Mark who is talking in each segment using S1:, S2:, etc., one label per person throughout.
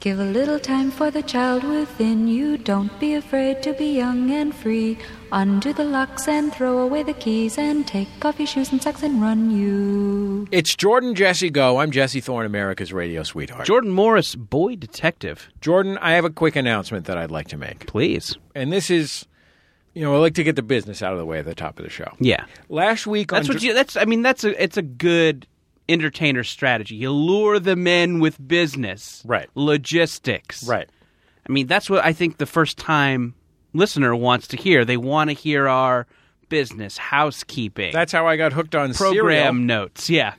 S1: Give a little time for the child within you. Don't be afraid to be young and free. Undo the locks and throw away the keys and take off your shoes and socks and run you.
S2: It's Jordan Jesse Go. I'm Jesse Thorne, America's radio sweetheart.
S3: Jordan Morris, boy detective.
S2: Jordan, I have a quick announcement that I'd like to make.
S3: Please.
S2: And this is, you know, I like to get the business out of the way at the top of the show.
S3: Yeah.
S2: Last week on
S3: That's what
S2: Dr-
S3: you that's I mean that's a it's a good entertainer strategy. You lure them in with business.
S2: Right.
S3: Logistics.
S2: Right.
S3: I mean that's what I think the first time listener wants to hear. They want to hear our business, housekeeping,
S2: That's how I got hooked on Serial.
S3: program notes. Yeah.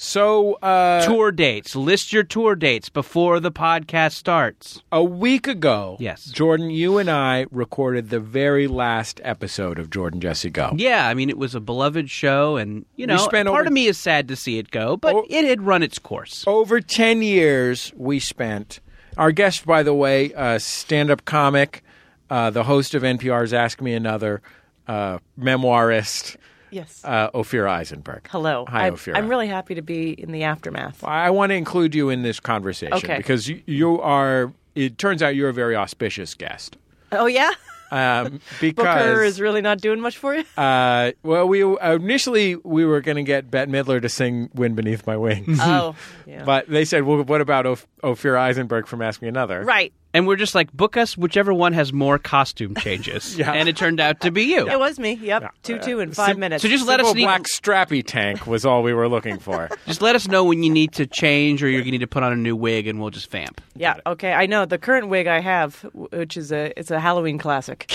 S2: So uh,
S3: tour dates. List your tour dates before the podcast starts.
S2: a week ago,
S3: Yes.
S2: Jordan, you and I recorded the very last episode of Jordan Jesse Go.
S3: Yeah, I mean it was a beloved show and you know
S2: spent
S3: part
S2: over-
S3: of me is sad to see it go, but
S2: Oh.
S3: it had run its course.
S2: Over ten years, we spent. Our guest, by the way, uh, stand-up comic, uh, the host of NPR's Ask Me Another, uh, memoirist
S4: Yes.
S2: uh, Ophir Eisenberg.
S4: Hello.
S2: Hi,
S4: I'm,
S2: Ophira.
S4: I'm really happy to be in the aftermath.
S2: I want to include you in this conversation
S4: Okay.
S2: because you, you are. It turns out you're a very auspicious guest.
S4: Oh yeah,
S2: Um,
S4: Booker
S2: because
S4: is really not doing much for you.
S3: Um,
S2: uh, well, we initially we were going to get Bette Midler to sing "Wind Beneath My Wings,"
S4: oh, yeah.
S2: but they said, "Well, what about Oph- Ophir Eisenberg from Ask Me Another?"
S4: right.
S3: and we're just like book us whichever one has more costume changes
S2: Yeah.
S3: and it turned out to be you
S4: It was me. Yep. Two two in five
S2: Sim-
S4: minutes.
S3: Uh, so just let
S2: Simple
S3: us need-
S2: black strappy tank was all we were looking for.
S3: just let us know when you need to change or you're going to need to put on a new wig and we'll just vamp
S4: yeah. Okay. I know the current wig I have, w- which is a it's a Halloween classic.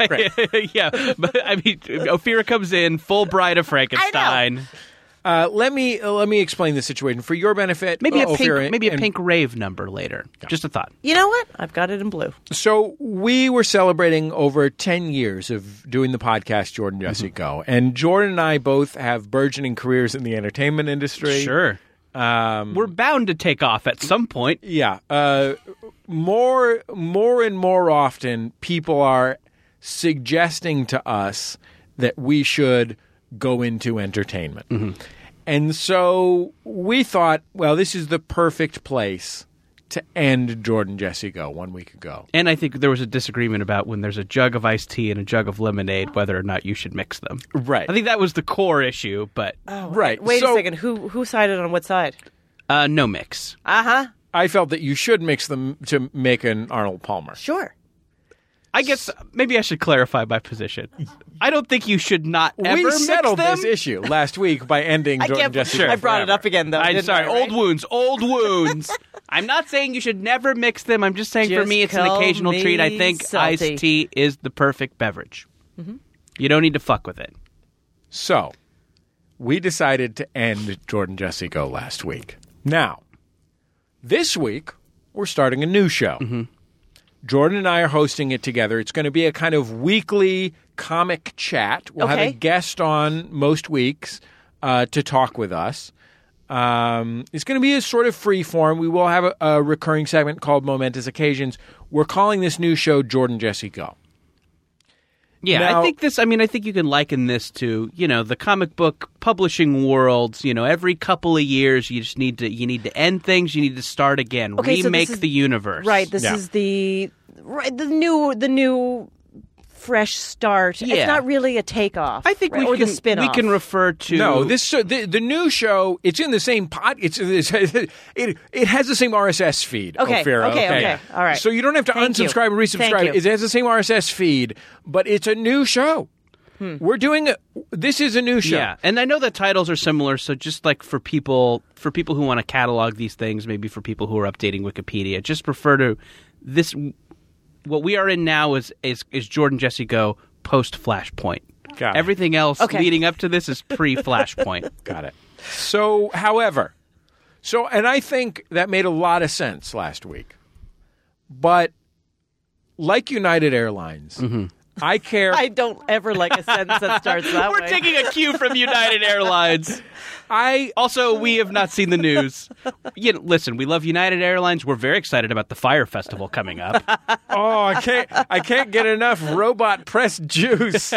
S3: yeah but i mean ophira comes in full bride of frankenstein
S2: Uh, let me uh, let me explain the situation for your benefit.
S3: maybe a
S2: uh, Ophir,
S3: pink maybe a
S2: and-
S3: pink rave number later just a thought
S4: You know what? I've got it in blue.
S2: So we were celebrating over 10 years of doing the podcast Jordan Jesse Go. And Jordan and I both have burgeoning careers in the entertainment industry.
S3: sure um, we're bound to take off at some point
S2: Yeah. Uh, more more and more often people are suggesting to us that we should go into entertainment.
S4: Mm-hmm.
S2: And so we thought, well, this is the perfect place to end Jordan Jesse Go one week ago.
S3: and I think there was a disagreement about when there's a jug of iced tea and a jug of lemonade, whether or not you should mix them.
S2: Right. Oh.
S3: I think that was the core issue, but
S2: right.
S4: Wait
S2: So-
S4: a second. Who who sided on what side?
S3: uh, no mix.
S4: Uh huh.
S2: I felt that you should mix them to make an Arnold Palmer.
S4: Sure.
S3: I guess maybe I should clarify my position. I don't think you should not ever
S2: we
S3: mix
S2: settled
S3: them.
S2: this issue last week by ending
S4: I
S2: Jordan
S4: can't.
S2: Jesse.
S4: I
S2: Go
S4: brought it
S2: Forever.
S4: up again though.
S3: I'm
S4: didn't
S3: sorry,
S4: I, right?
S3: old wounds, old wounds. I'm not saying you should never mix them. I'm just saying for
S4: Just
S3: me it's an
S4: call
S3: occasional
S4: me
S3: treat. I think
S4: salty. Mm-hmm.
S3: iced tea is the perfect beverage. You don't need to fuck with it.
S2: So we decided to end Jordan Jesse Go last week. Now, this week we're starting a new show. Jordan and I are hosting it together. It's going to be a kind of weekly comic chat. We'll have
S4: Okay.
S2: a guest on most weeks uh, to talk with us. Um, it's going to be a sort of free form. We will have a, a recurring segment called Momentous Occasions. We're calling this new show Jordan Jesse Go.
S3: Yeah, I
S2: Now-
S3: think this. I mean, I think you can liken this to you know the comic book publishing worlds. You know, every couple of years, you just need to you need to end things. You need to start again,
S4: Okay, so this
S3: remake
S4: is-
S3: the universe.
S4: Right. This
S2: Yeah.
S4: is the right the new the new fresh start.
S3: Yeah.
S4: It's not really a takeoff.
S3: I think
S4: right?
S3: we
S4: or
S3: can
S4: the spin
S3: we can refer to
S2: No, this show, the, the new show. It's in the same pod. It's, it's it it has the same RSS feed.
S4: Okay,
S2: Ophira,
S4: okay, okay, all right.
S2: So you don't have to
S4: Thank you.
S2: unsubscribe and
S4: Thank
S2: resubscribe.
S4: you.
S2: It has the same RSS feed, but it's a new show.
S4: Hmm.
S2: We're doing a, this is a new show.
S3: Yeah, and I know the titles are similar, so just like for people for people who want to catalog these things, maybe for people who are updating Wikipedia, just refer to this. What we are in now is is, is Jordan Jesse Go post Flashpoint.
S2: Got it.
S3: Everything else
S4: Okay.
S3: leading up to this is pre Flashpoint.
S2: Got it. So, however, so and I think that made a lot of sense last week. But like United Airlines, I care
S4: Mm-hmm. I don't ever like a sentence that starts that
S3: We're
S4: way.
S3: taking a cue from United Airlines.
S2: I
S3: Also, we have not seen the news. You know, listen, we love United Airlines. We're very excited about the Fire Festival coming up.
S2: Oh, I can't I can't get enough robot press juice.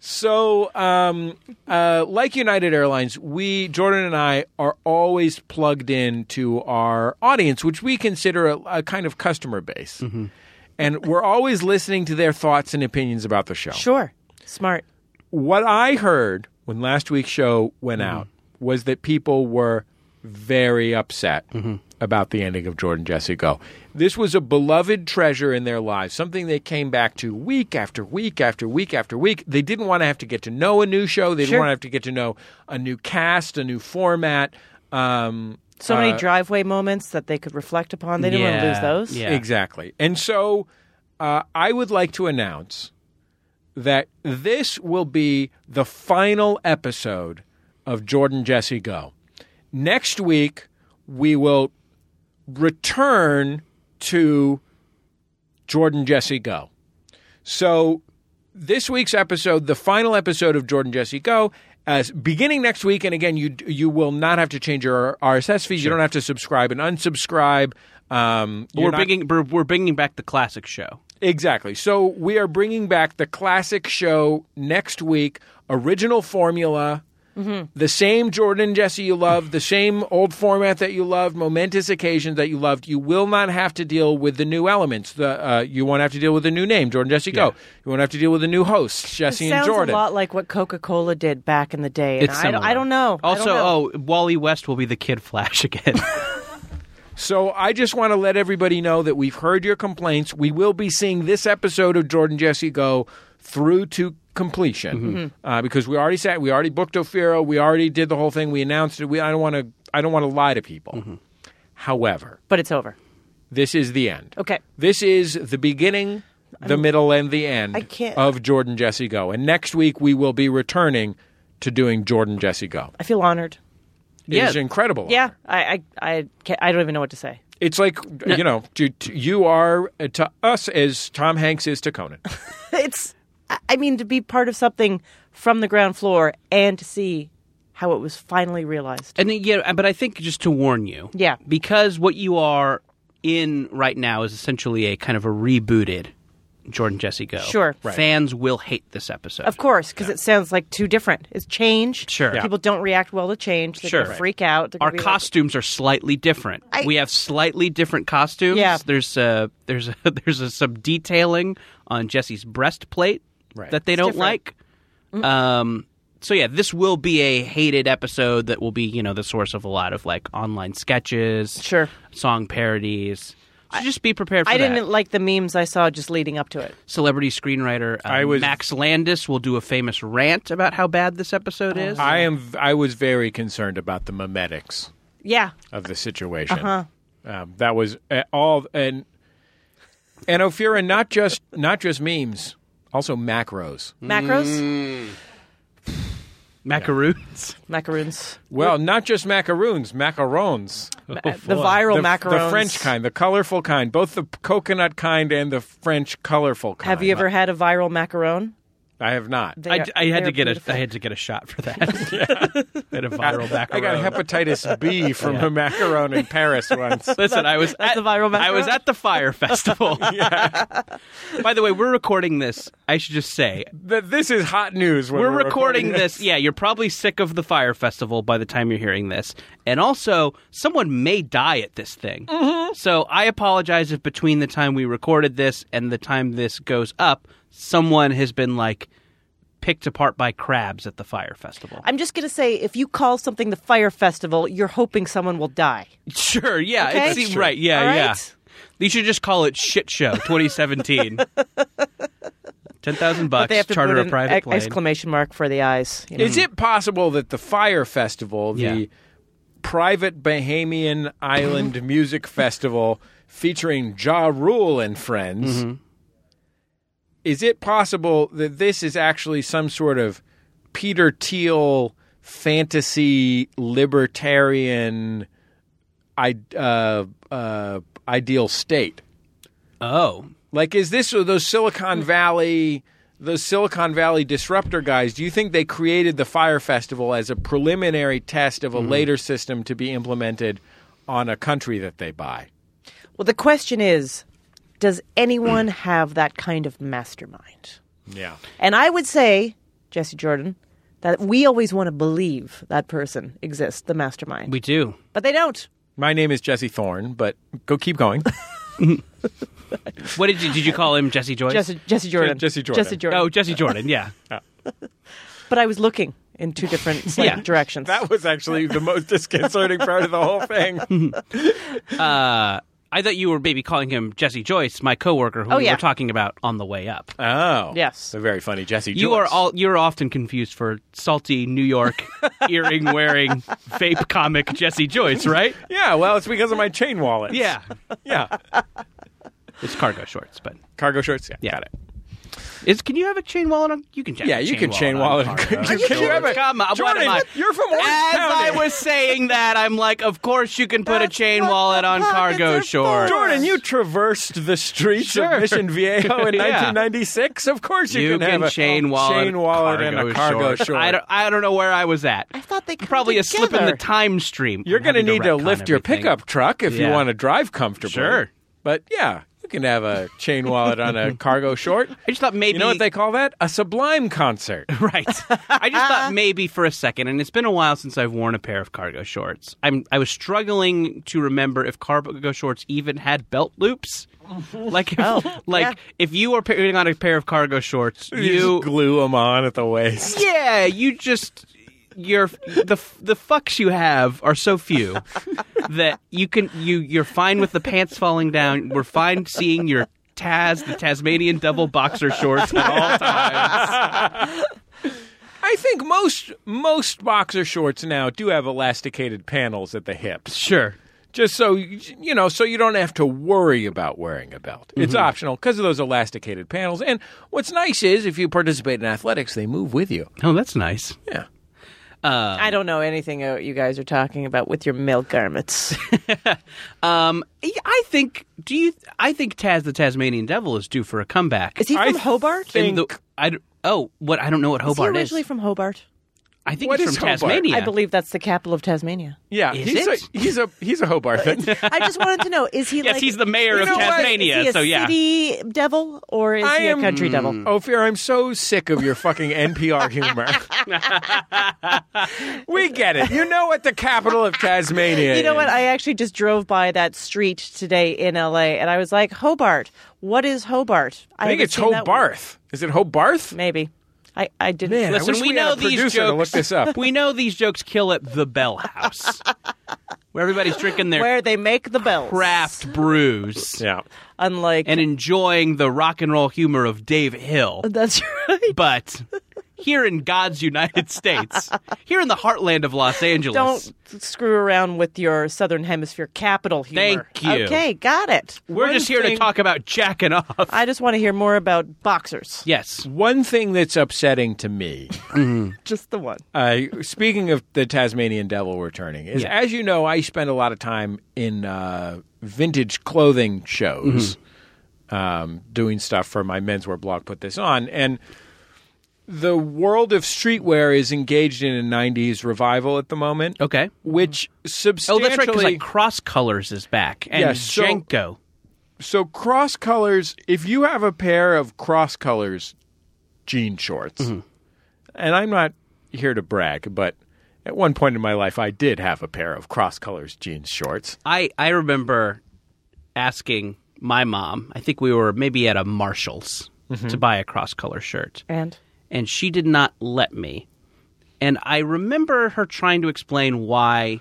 S2: So, um, uh, like United Airlines, we Jordan and I are always plugged in to our audience, which we consider a, a kind of customer base, and we're always listening to their thoughts and opinions about the show.
S4: Sure. Smart.
S2: What I heard when last week's show went out was that people were very upset about the ending of Jordan Jesse Go. This was a beloved treasure in their lives, something they came back to week after week after week after week. They didn't want to have to get to know a new show. They didn't
S4: Sure.
S2: want to have to get to know a new cast, a new format. Um,
S4: So many driveway moments that they could reflect upon. They didn't want to
S3: Uh, Yeah,
S4: lose those.
S3: yeah.
S2: Exactly. And so uh, I would like to announce that this will be the final episode of Jordan Jesse Go. Next week, we will return to Jordan Jesse Go. So this week's episode, the final episode of Jordan Jesse Go, as beginning next week, and again, you you will not have to change your RSS feed. You don't have to subscribe and unsubscribe. Um,
S3: We're
S2: you're not-
S3: bringing we're, we're bringing back the classic show.
S2: Exactly. So we are bringing back the classic show next week, original formula,
S4: Mm-hmm.
S2: the same Jordan and Jesse you love, the same old format that you loved, momentous occasions that you loved. You will not have to deal with the new elements. The uh, you won't have to deal with a new name, Jordan Jesse Go. You won't have to deal with a new host,
S4: It
S2: Jesse and
S4: sounds
S2: Jordan.
S4: a lot like what Coca Cola did back in the day. And
S3: It's
S4: I, don't,
S3: similar.
S4: I don't know. I don't
S3: Also,
S4: know.
S3: oh, Wally West will be the Kid Flash again.
S2: So I just want to let everybody know that we've heard your complaints. We will be seeing this episode of Jordan Jesse Go through to completion uh, because we already sat, we already booked Ophira, we already did the whole thing. We announced it. We I don't want to I don't want to lie to people. However,
S4: but it's over.
S2: this is the end.
S4: Okay.
S2: This is the beginning, the middle, and the end
S4: I can't-
S2: of Jordan Jesse Go. And next week we will be returning to doing Jordan Jesse Go.
S4: I feel honored.
S2: It
S3: Yeah.
S2: is incredible.
S4: Yeah, I, I, I, can't, I don't even know what to say.
S2: It's like you know, to, to, you are uh, to us as Tom Hanks is to Conan.
S4: It's, I- I mean, to be part of something from the ground floor and to see how it was finally realized.
S3: And then, yeah, but I think just to warn you,
S4: Yeah.
S3: because what you are in right now is essentially a kind of a rebooted Jordan Jesse Go.
S4: Sure. Right.
S3: fans will hate this episode.
S4: Of course, because it sounds like too different. It's change.
S3: Sure. Yeah.
S4: People don't react well to change. They
S3: Sure.
S4: sure. freak out. They're
S3: Our
S4: gonna be like-
S3: costumes are slightly different. we have slightly different costumes.
S4: Yeah.
S3: There's a there's a, there's a, some detailing on Jesse's breastplate
S2: Right.
S3: that they don't
S4: Mm.
S3: like. Um. So yeah, this will be a hated episode that will be you know the source of a lot of like online sketches,
S4: Sure.
S3: song parodies. So just be prepared for
S4: I
S3: that.
S4: didn't like the memes I saw just leading up to it.
S3: celebrity screenwriter uh,
S2: I was-
S3: Max Landis will do a famous rant about how bad this episode
S4: Oh.
S3: is.
S2: I am. I was very concerned about the memetics
S4: Yeah.
S2: of the situation. Uh-huh. Um, that was uh, all, and and Ophira, not just not just memes, also macros.
S4: Macros?
S3: Mm. Macaroons.
S4: Macaroons.
S2: Well, not just macaroons, macarons.
S4: the viral
S2: the,
S4: Oh, macarons.
S2: the French kind, the colorful kind, both the coconut kind and the French colorful kind.
S4: Have you ever had a viral macaron?
S2: I have not.
S4: They
S3: I,
S4: are-
S3: I had
S4: they're
S3: to get
S4: beautiful.
S3: a I had to get a shot for that. I had a viral back.
S2: I got hepatitis B from a macaron in Paris once.
S3: Listen, I was at
S4: the viral
S3: I was
S4: macaron?
S3: at the fire festival. By the way, we're recording this. I should just say
S2: Th- this is hot news. When
S3: we're,
S2: we're,
S3: recording, this. Yeah, you're probably sick of the fire festival by the time you're hearing this, and also someone may die at this thing.
S4: Mm-hmm.
S3: So I apologize if between the time we recorded this and the time this goes up, someone has been like picked apart by crabs at the fire festival.
S4: I'm just going to say if you call something the Fire Festival, you're hoping someone will die.
S3: Sure. Yeah.
S4: Okay?
S3: It's,
S4: That's true.
S3: right. Yeah.
S4: All right?
S3: Yeah. You should just call it Shit Show 2017. Ten thousand bucks.
S4: They have to
S3: charter
S4: put
S3: a
S4: an
S3: private
S4: ex-
S3: plane.
S4: exclamation mark for the eyes. you know.
S2: Is it possible that the Fire Festival, the
S3: Yeah.
S2: private Bahamian island music festival featuring Ja Rule and friends, is it possible that this is actually some sort of Peter Thiel fantasy libertarian I- uh, uh, ideal state?
S3: oh,
S2: Like, is this or those Silicon Valley, those Silicon Valley disruptor guys? Do you think they created the Fire Festival as a preliminary test of a later system to be implemented on a country that they buy?
S4: Well, the question is does anyone have that kind of mastermind?
S2: Yeah,
S4: And I would say Jesse Jordan, that we always want to believe that person exists, the mastermind.
S3: We do.
S4: but they don't.
S2: My name is Jesse Thorne, but go keep going.
S3: What did you did you call him? Jesse Joyce.
S4: Jesse, Jesse Jordan.
S2: Jesse Jordan.
S4: Jesse Jordan.
S3: Oh, Jesse Jordan. Yeah.
S4: But I was looking in two different like,
S3: Yeah.
S4: directions.
S2: That was actually the most disconcerting part of the whole thing.
S3: Uh, I thought you were maybe calling him Jesse Joyce, my coworker, who
S4: Oh,
S3: we
S4: yeah.
S3: were talking about on the way up.
S2: Oh,
S4: Yes.
S2: a very funny Jesse.
S3: You
S2: Joyce.
S3: are all you're often confused for salty New York earring wearing vape comic Jesse Joyce, right?
S2: Yeah, well, it's because of my chain wallet.
S3: Yeah,
S2: yeah.
S3: it's cargo shorts, but
S2: Cargo shorts. Yeah,
S3: Yeah.
S2: got it.
S3: is can you have a chain wallet on? You can check.
S2: Yeah,
S3: a
S2: you
S3: chain
S2: can chain wallet.
S3: wallet on cargo
S2: You can-
S3: shorts.
S2: you have a-
S3: Come on, what
S2: Jordan,
S3: am I?
S2: you're from Orange
S3: As
S2: County.
S3: I was saying that, I'm like, of course you can put a
S4: That's
S3: chain
S4: what
S3: wallet
S4: the
S3: on
S4: pockets are
S3: cargo
S4: for.
S3: shorts.
S2: Jordan, you traversed the streets
S3: Sure.
S2: of Mission Viejo in
S3: Yeah.
S2: 1996. Of course, you,
S3: You
S2: can, have a
S3: chain wallet,
S2: chain wallet and a cargo short.
S3: I don't, I don't know where I was at.
S4: I thought they come
S3: Probably a slip in the
S4: together.
S3: time stream.
S2: You're
S3: I'm
S2: going to
S3: having
S2: need to
S3: retcon
S2: lift your
S3: everything.
S2: pickup truck if you
S3: Yeah.
S2: want to drive comfortably.
S3: Sure.
S2: but yeah, you can have a chain wallet on a cargo short.
S3: I just thought maybe
S2: You know what they call that? A sublime concert.
S3: Right. I just thought maybe for a second, and it's been a while since I've worn a pair of cargo shorts. I'm I was struggling to remember if cargo shorts even had belt loops. Like if, like
S4: yeah.
S3: if you were putting on a pair of cargo shorts,
S2: You
S3: you
S2: just glue them on at the waist.
S3: yeah, you just your the the fucks you have are so few that you can you you're fine with the pants falling down. We're fine seeing your Taz the Tasmanian double boxer shorts at all times.
S2: I think most most boxer shorts now do have elasticated panels at the hips,
S3: Sure.
S2: just so you you know, so you don't have to worry about wearing a belt. It's
S4: Mm-hmm.
S2: optional because of those elasticated panels. And what's nice is if you participate in athletics, they move with you.
S3: Oh, that's nice.
S2: Yeah.
S4: I don't know anything uh, you guys are talking about with your male garments.
S3: Um, I think. Do you? I think Taz the Tasmanian Devil is due for a comeback.
S4: Is he
S2: I
S4: from Hobart?
S2: think-
S3: In the- I d- oh, what? I don't know what
S4: is he
S3: Hobart is.
S4: originally from Hobart?
S3: I think
S2: What
S3: he's
S2: is
S3: from
S2: Hobart?
S3: Tasmania.
S4: I believe that's the capital of Tasmania.
S2: Yeah,
S3: Is
S2: he's
S3: it?
S2: a he's a he's a Hobarthan.
S4: I just wanted to know: is he
S3: Yes,
S4: like
S3: he's the mayor
S2: You
S3: of
S2: know what?
S3: Tasmania.
S4: Is he a
S3: so yeah,
S4: city devil or is
S2: I
S4: he
S2: am- Mm.
S4: a country devil?
S2: Ophir, Oh, I'm so sick of your fucking NPR humor. we get it. You know what the capital of Tasmania
S4: You know what?
S2: is.
S4: I actually just drove by that street today in LA, and I was like, Hobart. What is Hobart?
S2: I think
S4: haven't
S2: it's
S4: seen that word.
S2: Hobarth. Is it Hobarth?
S4: Maybe. I, I didn't.
S2: Man, I
S3: Listen,
S2: wish
S3: we
S2: we had
S3: know
S2: a
S3: these
S2: producer to
S3: jokes.
S2: look this up.
S3: we know these jokes kill at the Bell House, where everybody's drinking their
S4: where they make the bells.
S3: craft brews
S2: Yeah.
S4: Unlike
S3: and enjoying the rock and roll humor of Dave Hill.
S4: that's right.
S3: But here in God's United States, here in the heartland of Los Angeles,
S4: Don't screw around with your Southern Hemisphere capital humor.
S3: Thank you.
S4: Okay, got it.
S3: we're just here to
S2: thing-
S3: talk about jacking off.
S4: I just want to hear more about boxers.
S3: Yes.
S2: One thing that's upsetting to me,
S4: Just the one.
S2: uh, speaking of the Tasmanian devil returning, is
S3: Yeah.
S2: as you know, I spend a lot of time in uh, vintage clothing shows,
S3: Mm-hmm.
S2: um, doing stuff for my menswear blog. Put this on, and the world of streetwear is engaged in a '90s revival at the moment.
S3: Okay.
S2: which
S3: Oh,
S2: substantially
S3: that's right. Because like Cross Colors is back and
S2: Yeah, so-
S3: Jenko.
S2: So cross colors, if you have a pair of cross colors jean shorts,
S3: Mm-hmm.
S2: and I'm not here to brag, but at one point in my life I did have a pair of cross colors jean shorts.
S3: I I remember asking my mom. I think we were maybe at a Marshalls to buy a Cross Color shirt,
S4: And
S3: and she did not let me. And I remember her trying to explain why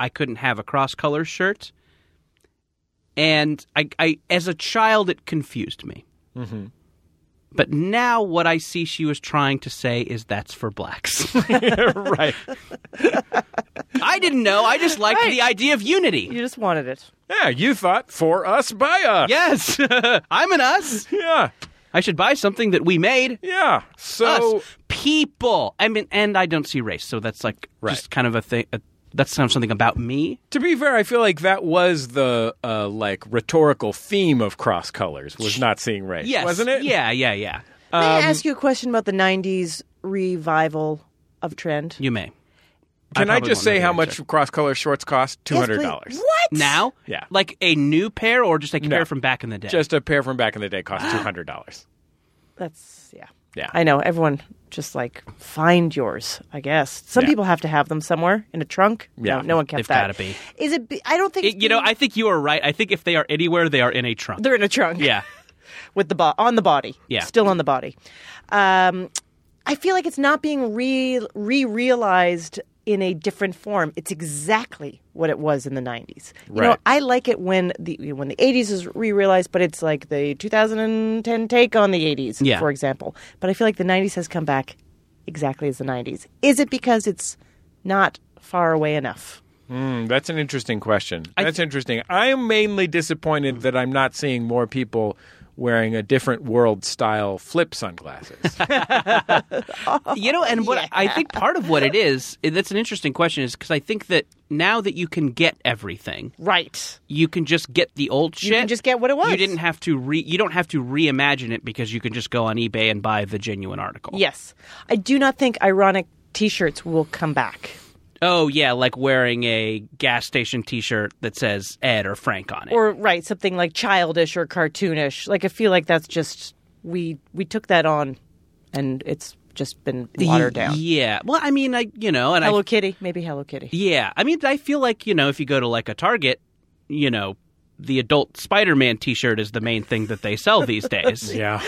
S3: I couldn't have a Cross Color shirt. And I, I as a child, it confused me. Mm-hmm. But now, what I see she was trying to say is that's for blacks.
S2: right.
S3: I didn't know. I just liked the idea of unity.
S4: you just wanted it.
S2: Yeah, you thought for us by us.
S3: Yes, I'm an us.
S2: Yeah.
S3: I should buy something that we made.
S2: Yeah. So
S3: us people. I mean, and I don't see race, so that's like just kind of a thing. A, that's kind of something about me.
S2: to be fair, I feel like that was the uh, like rhetorical theme of cross colors was not seeing race,
S3: Yes,
S2: wasn't it?
S3: Yeah, yeah, yeah.
S4: May
S3: Um,
S4: I ask you a question about the '90s revival of trend?
S3: You may
S2: Can I,
S3: probably
S2: just
S3: won't
S2: say
S3: know the
S2: how
S3: answer.
S2: much cross color shorts cost? Two
S4: Yes,
S2: hundred
S4: please.
S2: dollars.
S4: What?
S3: now?
S2: Yeah.
S3: like a new pair or just like a pair from back in the day.
S2: Just a pair from back in the day cost two hundred dollars.
S4: That's yeah.
S2: Yeah.
S4: I know everyone just like find yours. I guess some
S2: Yeah.
S4: people have to have them somewhere in a trunk.
S2: Yeah.
S4: no, no one kept
S3: They've
S4: that.
S3: gotta be.
S4: Is it? be- I don't think
S3: It-
S4: it's
S3: you know,
S4: being-
S3: I think you are right. I think if they are anywhere, they are in a trunk.
S4: they're in a trunk.
S3: yeah.
S4: with the bo- on the body.
S3: Yeah.
S4: still on the body. Um, I feel like it's not being re re realized in a different form. It's exactly what it was in the '90s. You know,
S2: Right.
S4: I like it when the when the '80s is re realized, but it's like the 2010 take on the '80s,
S3: Yeah.
S4: for example. But I feel like the '90s has come back exactly as the '90s. Is it because it's not far away enough?
S2: Mm, that's an interesting question. That's interesting. I am mainly disappointed that I'm not seeing more people wearing a different world style flip sunglasses.
S3: you know, and what I think part of what it is, and that's an interesting question, is because I think that now that you can get everything,
S4: Right.
S3: you can just get the old shit.
S4: can just get what it was.
S3: You didn't have to re. You don't have to reimagine it because you can just go on eBay and buy the genuine article.
S4: Yes, I do not think ironic T-shirts will come back.
S3: Oh yeah, like wearing a gas station T-shirt that says Ed or Frank on it.
S4: or right something like childish or cartoonish like i feel like that's just we we took that on and it's just been watered down
S3: Yeah. Well, I mean, I you know, and I
S4: hello kitty maybe hello kitty
S3: Yeah, I mean, I feel like you know, if you go to like a Target, you know, the adult Spider-Man T-shirt is the main thing that they sell these days.
S2: yeah.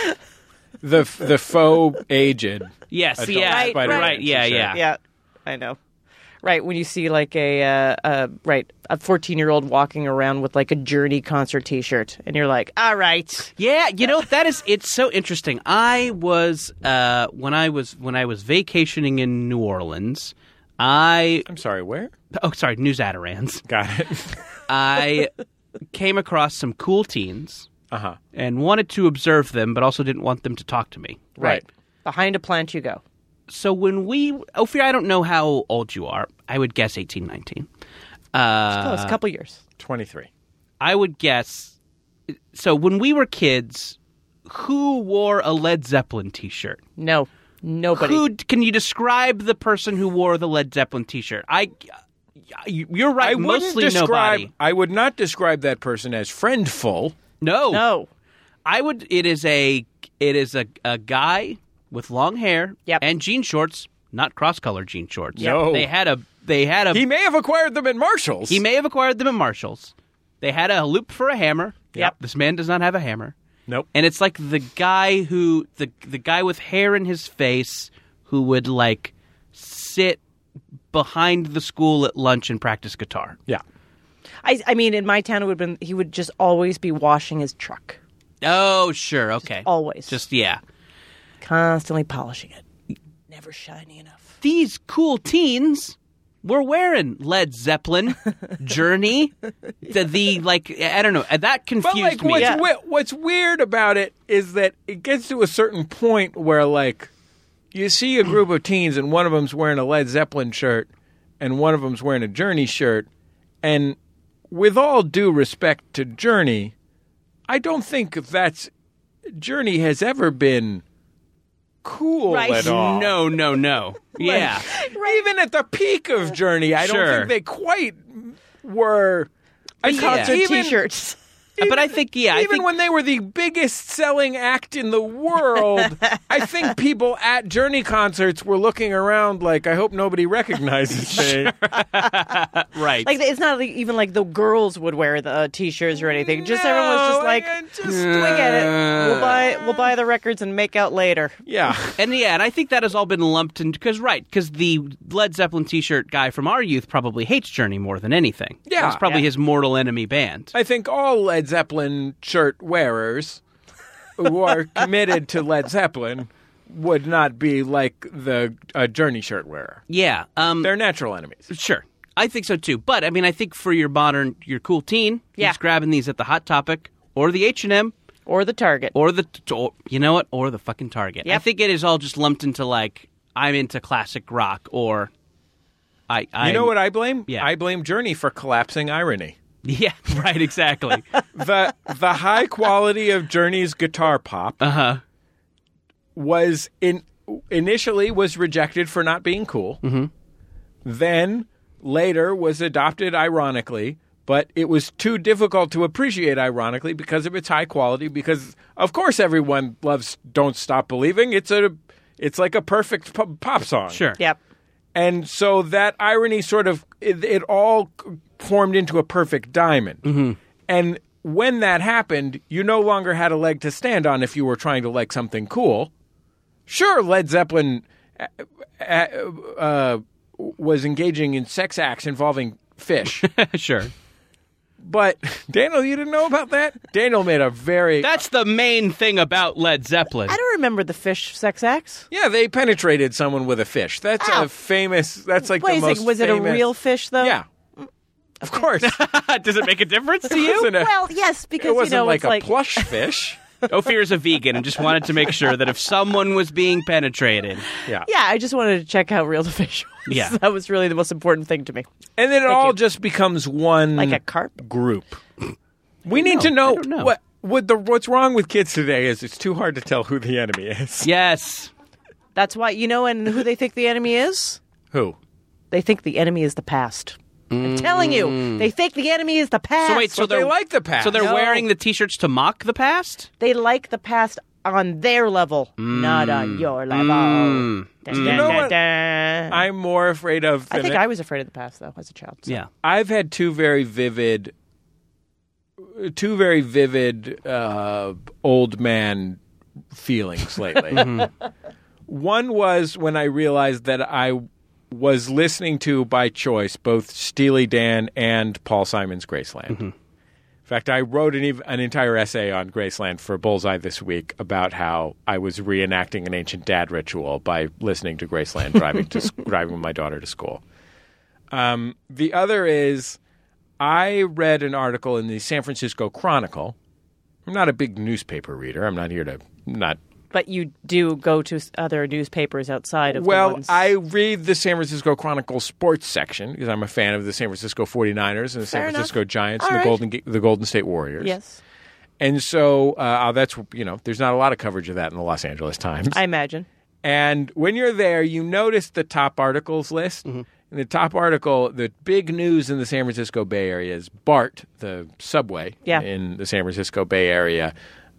S2: The f- the faux aged.
S3: Yes,
S2: Adult
S3: yeah,
S4: Right, Spider-Man
S3: right, yeah,
S2: T-shirt.
S3: yeah,
S4: yeah i know right when you see like a uh, uh right a 14 year old walking around with like a journey concert t-shirt and you're like all right
S3: Yeah, you know that is it's so interesting. I was uh, when I was when I was vacationing in New Orleans. I
S2: I'm sorry, where?
S3: oh sorry, New Zatarans.
S2: Got it.
S3: I came across some cool teens
S2: Uh huh.
S3: and wanted to observe them, but also didn't want them to talk to me.
S2: Right.
S4: behind a plant you go
S3: so when we Ophir, I don't know how old you are. I would guess eighteen, nineteen. Uh,
S4: oh it's a couple years
S2: 23.
S3: I would guess. So when we were kids, who wore a Led Zeppelin T-shirt?
S4: no nobody
S3: Who can you describe the person who wore the Led Zeppelin T-shirt? I, you're right.
S2: I wouldn't
S3: mostly
S2: describe.
S3: nobody.
S2: I would not describe that person as friendful.
S3: No,
S4: no
S3: I would. It is a it is a, a guy with long hair
S4: Yep.
S3: and jean shorts, not cross colored jean shorts.
S2: No.
S3: they had a they had a
S2: He may have acquired them at Marshalls.
S3: He may have acquired them at Marshall's. They had a loop for a hammer.
S4: Yep.
S3: This man does not have a hammer.
S2: Nope.
S3: And it's like the guy who the the guy with hair in his face who would like sit behind the school at lunch and practice guitar.
S2: Yeah.
S4: I, I mean in my town it would have been he would just always be washing his truck
S3: Oh, sure. Okay.
S4: always
S3: Just yeah.
S4: constantly polishing it, never shiny enough.
S3: These cool teens were wearing Led Zeppelin, Journey, the, the like I don't know. uh, That confused
S2: But like,
S3: me.
S2: what's
S4: Yeah.
S2: we- what's weird about it is that it gets to a certain point where like you see a group of teens and one of them's wearing a Led Zeppelin shirt and one of them's wearing a Journey shirt, and with all due respect to Journey, I don't think that's Journey has ever been cool
S4: Right.
S2: at all.
S3: No, no, no. Yeah.
S2: Even at the peak of Journey, I don't
S3: Sure.
S2: think they quite were. I think
S3: Concert
S2: even-
S4: t-shirts.
S3: but I think yeah, I
S2: even
S3: think
S2: when they were the biggest selling act in the world, I think people at Journey concerts were looking around like, I hope nobody recognizes me.
S3: right.
S4: Like it's not like, even like the girls would wear the uh, t-shirts or anything. Just everyone was just
S2: No,
S4: like,
S2: I- I just-
S4: we get it. We'll buy we'll buy the records and make out later.
S2: yeah.
S3: and yeah, and I think that has all been lumped in because right, because the Led Zeppelin T-shirt guy from our youth probably hates Journey more than anything.
S2: Yeah.
S3: it's probably
S4: Yeah.
S3: his mortal enemy band.
S2: I think all Led Zeppelin shirt wearers who are committed to Led Zeppelin would not be like the uh, Journey shirt wearer.
S3: yeah, um,
S2: They're natural enemies.
S3: sure, I think so too. But I mean, I think for your modern, your cool teen,
S4: Yeah.
S3: who's grabbing these at the Hot Topic or the H and M
S4: Or the Target.
S3: or the t- or, you know what or the fucking Target. I
S4: Yep.
S3: think it is all just lumped into like I'm into classic rock or I. I
S2: You know what I blame?
S3: Yeah.
S2: I blame Journey for collapsing irony.
S3: Yeah, right. Exactly.
S2: the the high quality of Journey's guitar pop was in initially was rejected for not being cool. Then later was adopted ironically But it was too difficult to appreciate, ironically, because of its high quality. Because of course everyone loves "Don't Stop Believing." It's a, it's like a perfect pop, pop song.
S3: Sure.
S4: Yep.
S2: And so that irony sort of it, it all c- formed into a perfect diamond.
S4: Mm-hmm.
S2: And when that happened, you no longer had a leg to stand on if you were trying to like something cool. Sure, Led Zeppelin uh, uh, uh, was engaging in sex acts involving fish,
S3: sure.
S2: but Daniel, you didn't know about that. Daniel made a very
S3: That's the main thing about Led Zeppelin.
S4: I don't remember the fish sex acts.
S2: yeah. They penetrated someone with a fish. That's
S4: Ow.
S2: a famous. That's like
S4: Wait a
S2: the most.
S4: second, was it a
S2: famous-
S4: real fish though?
S2: Yeah, of course.
S3: Does it make a difference to you?
S2: Wasn't a-
S4: Well, yes,
S2: it
S4: because
S2: wasn't
S4: you know
S2: like
S4: it's
S2: a
S4: like
S2: plush fish.
S3: Ophir is a vegan and just wanted to make sure that if someone was being penetrated,
S2: yeah.
S4: Yeah, I just wanted to check how real the fish was.
S3: Yeah.
S4: that was really the most important thing to me.
S2: And then it all just becomes one
S4: Like a carp?
S2: group. We need to
S3: know. I
S2: know,
S3: don't know.
S2: what what the what's wrong with kids today is it's too hard to tell who the enemy is.
S3: yes,
S4: That's why you know, and who they think the enemy is?
S2: Who?
S4: They think the enemy is the past. I'm telling you, they think the enemy is the past.
S3: So wait, so
S2: But they
S3: they're
S2: like the past.
S3: So they're
S2: No.
S3: wearing the t-shirts to mock the past.
S4: they like the past on their level, not on your level. Dun, dun,
S2: know
S4: dun,
S2: what?
S4: dun.
S2: I'm more afraid of.
S4: I
S2: than
S4: think
S2: it-
S4: I was afraid of the past though as a child. so.
S3: Yeah,
S2: I've had two very vivid, two very vivid uh, old man feelings lately. One was when I realized that I was listening to by choice both Steely Dan and Paul Simon's Graceland. In fact, I wrote an, ev- an entire essay on Graceland for Bullseye this week about how I was reenacting an ancient dad ritual by listening to Graceland driving to s- driving my daughter to school. Um, the other is I read an article in the San Francisco Chronicle. I'm not a big newspaper reader. I'm not here to not.
S4: But you do go to s- other newspapers outside of the
S2: Well,
S4: ones-
S2: I read the San Francisco Chronicle sports section because I'm a fan of the San Francisco 49ers and the San
S4: Fair enough.
S2: Francisco Giants
S4: All
S2: and the
S4: right.
S2: Golden Ga- the Golden State Warriors.
S4: yes,
S2: And so uh, that's you know there's not a lot of coverage of that in the Los Angeles Times.
S4: I imagine.
S2: And when you're there, you notice the top articles list. And the top article, the big news in the San Francisco Bay Area is BART, the subway
S4: Yeah.
S2: in the San Francisco Bay Area.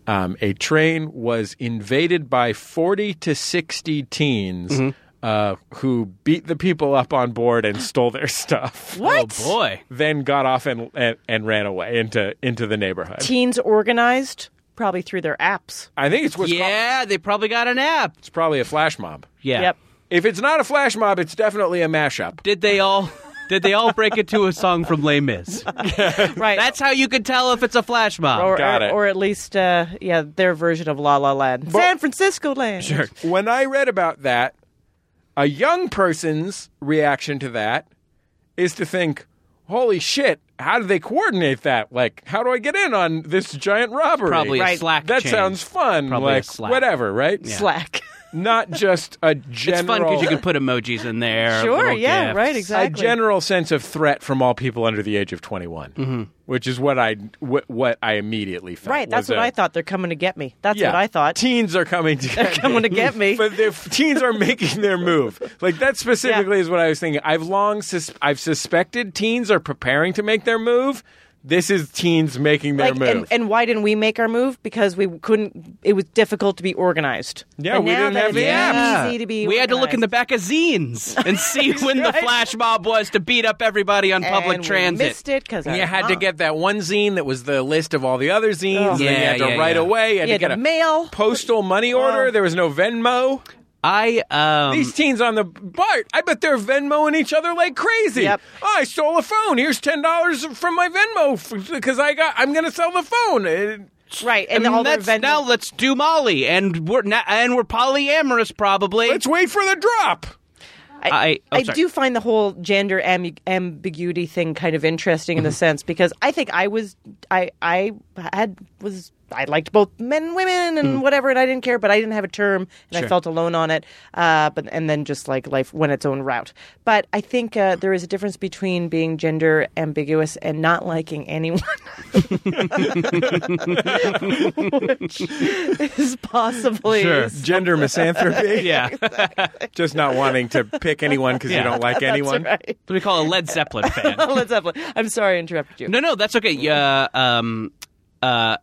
S2: Um, a train was invaded by 40 to 60 teens uh, who beat the people up on board and stole their stuff.
S4: What?
S3: Oh, boy.
S2: Then got off and, and, and ran away into, into the neighborhood.
S4: Teens organized probably through their apps.
S2: I think it's what's called,
S3: yeah, they probably got an app.
S2: it's probably a flash mob.
S3: Yeah.
S4: Yep.
S2: If it's not a flash mob, it's definitely a mashup.
S3: Did they all? Did they all break into a song from Les Mis?
S4: Right.
S3: That's how you could tell if it's a flash mob.
S4: or,
S2: Got
S4: or,
S2: it.
S4: or at least, uh, yeah, their version of La La Land, San Francisco Land. Sure.
S2: when I read about that, a young person's reaction to that is to think, holy shit, how do they coordinate that? Like, how do I get in on this giant robbery?
S3: Probably a
S4: Right.
S3: Slack.
S2: that
S3: chain.
S2: sounds fun.
S3: Probably a
S2: like,
S3: Slack.
S2: whatever, right?
S4: Slack.
S2: Not just a
S3: It's
S2: general.
S3: fun because you can put emojis in there.
S4: sure.
S3: little
S4: Yeah.
S3: gifs.
S4: Right.
S2: a
S4: Exactly.
S2: general sense of threat from all people under the age of 21,
S3: Mm-hmm.
S2: which is what I what, what I immediately felt.
S4: right.
S2: was
S4: That's what
S2: a-
S4: I thought. They're coming to get me. That's
S2: Yeah.
S4: what I thought.
S2: Teens are coming to get
S4: coming
S2: me.
S4: to get me.
S2: But the teens are making their move. Like that specifically
S4: Yeah.
S2: is what I was thinking. I've long sus- I've suspected teens are preparing to make their move. This is teens making their
S4: like,
S2: move.
S4: and, and why didn't we make our move? Because we couldn't. It was difficult to be organized.
S2: Yeah,
S4: And
S2: we
S4: now
S2: didn't
S4: that
S2: have the
S4: it's
S2: apps.
S4: Easy to be.
S3: We had to look in the
S4: organized.
S3: back of zines and see when the flash mob was to beat up everybody on public
S4: And we
S3: transit.
S4: missed it because
S2: you had to get that one zine that was the list of all the other zines. and then you
S3: Yeah,
S2: had to
S3: yeah,
S2: write
S3: yeah.
S2: away. You had
S4: You
S2: to
S4: had
S2: get
S4: to
S2: a
S4: mail.
S2: postal money order. There was no Venmo.
S3: I um
S2: These teens on the BART, I bet they're Venmoing each other like crazy.
S4: Yep.
S2: Oh, I stole a phone. Here's ten dollars from my Venmo because I got. I'm going to sell the phone. Uh, It-
S4: Right, and
S3: I mean,
S4: all
S3: let's,
S4: their Venmo.
S3: now let's do Molly, and we're na and we're polyamorous probably.
S2: Let's wait for the drop.
S3: I- oh,
S4: I
S3: sorry.
S4: do find the whole gender am-
S3: Mm-hmm.
S4: ambiguity thing kind of interesting in the sense because I think I was I I had was I liked both men and women
S3: Mm.
S4: and whatever, and I didn't care, but I didn't have a term, and I felt alone on it. Uh, but and then just like life went its own route. But I think uh, there is a difference between being gender ambiguous and not liking anyone, which is possibly
S3: Sure.
S2: Gender misanthropy.
S3: Yeah. That's
S2: Just not wanting to pick anyone because you
S3: Yeah.
S2: don't like anyone.
S4: right.
S3: what we call a Led Zeppelin fan.
S4: Led Zeppelin. I'm sorry I interrupted you.
S3: No, no, that's okay. Yeah, um, uh,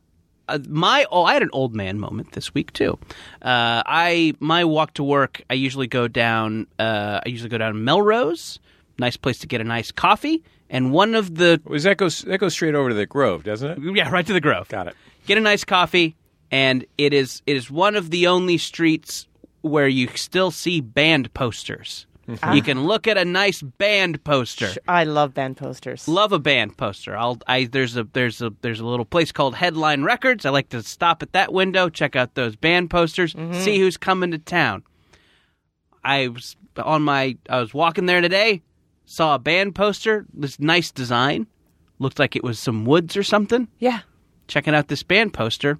S3: uh, my oh, I had an old man moment this week too. Uh, I my walk to work. I usually go down. Uh, I usually go down Melrose. Nice place to get a nice coffee. And one of the
S2: Was that goes that goes straight over to the Grove, doesn't it?
S3: yeah, right to the Grove.
S2: Got it.
S3: Get a nice coffee, and it is it is one of the only streets where you still see band posters.
S2: Mm-hmm.
S3: You can look at a nice band poster.
S4: I love band posters.
S3: Love a band poster. I'll I there's a there's a there's a little place called Headline Records. I like to stop at that window, check out those band posters, see who's coming to town. I was on my I was walking there today, saw a band poster, this nice design. Looked like it was some woods or something
S4: yeah.
S3: checking out this band poster.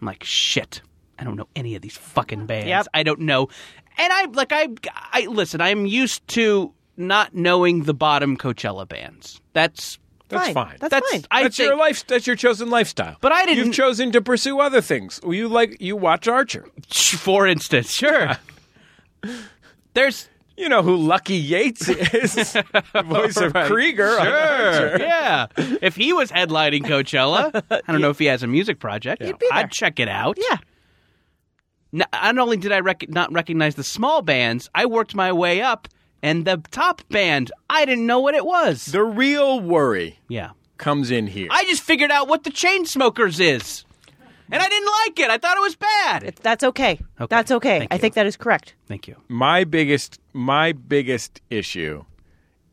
S3: I'm like, shit, I don't know any of these fucking bands.
S4: Yep.
S3: I don't know. And I like I I listen, I'm used to not knowing the bottom Coachella bands. That's
S2: That's
S4: Fine.
S2: fine.
S4: That's,
S3: that's
S4: fine.
S3: I
S2: that's
S3: think,
S2: your life. That's your chosen lifestyle.
S3: But I didn't-
S2: You've chosen to pursue other things. You like you watch Archer.
S3: for instance, sure. There's
S2: You know who Lucky Yates is. The Voice of Krieger. on Archer.
S3: yeah. If he was headlining Coachella, I don't know if he has a music project.
S4: be there.
S3: I'd check it out.
S4: Yeah.
S3: N- Not only did I rec- not recognize the small bands, I worked my way up, and the top band, I didn't know what it was.
S2: The real worry
S3: yeah.
S2: comes in here.
S3: I just figured out what the chain smokers is. And I didn't like it. I thought it was bad.
S4: That's okay.
S3: Okay.
S4: That's okay.
S3: Thank
S4: I
S3: you.
S4: think that is correct.
S3: Thank you.
S2: my biggest my biggest issue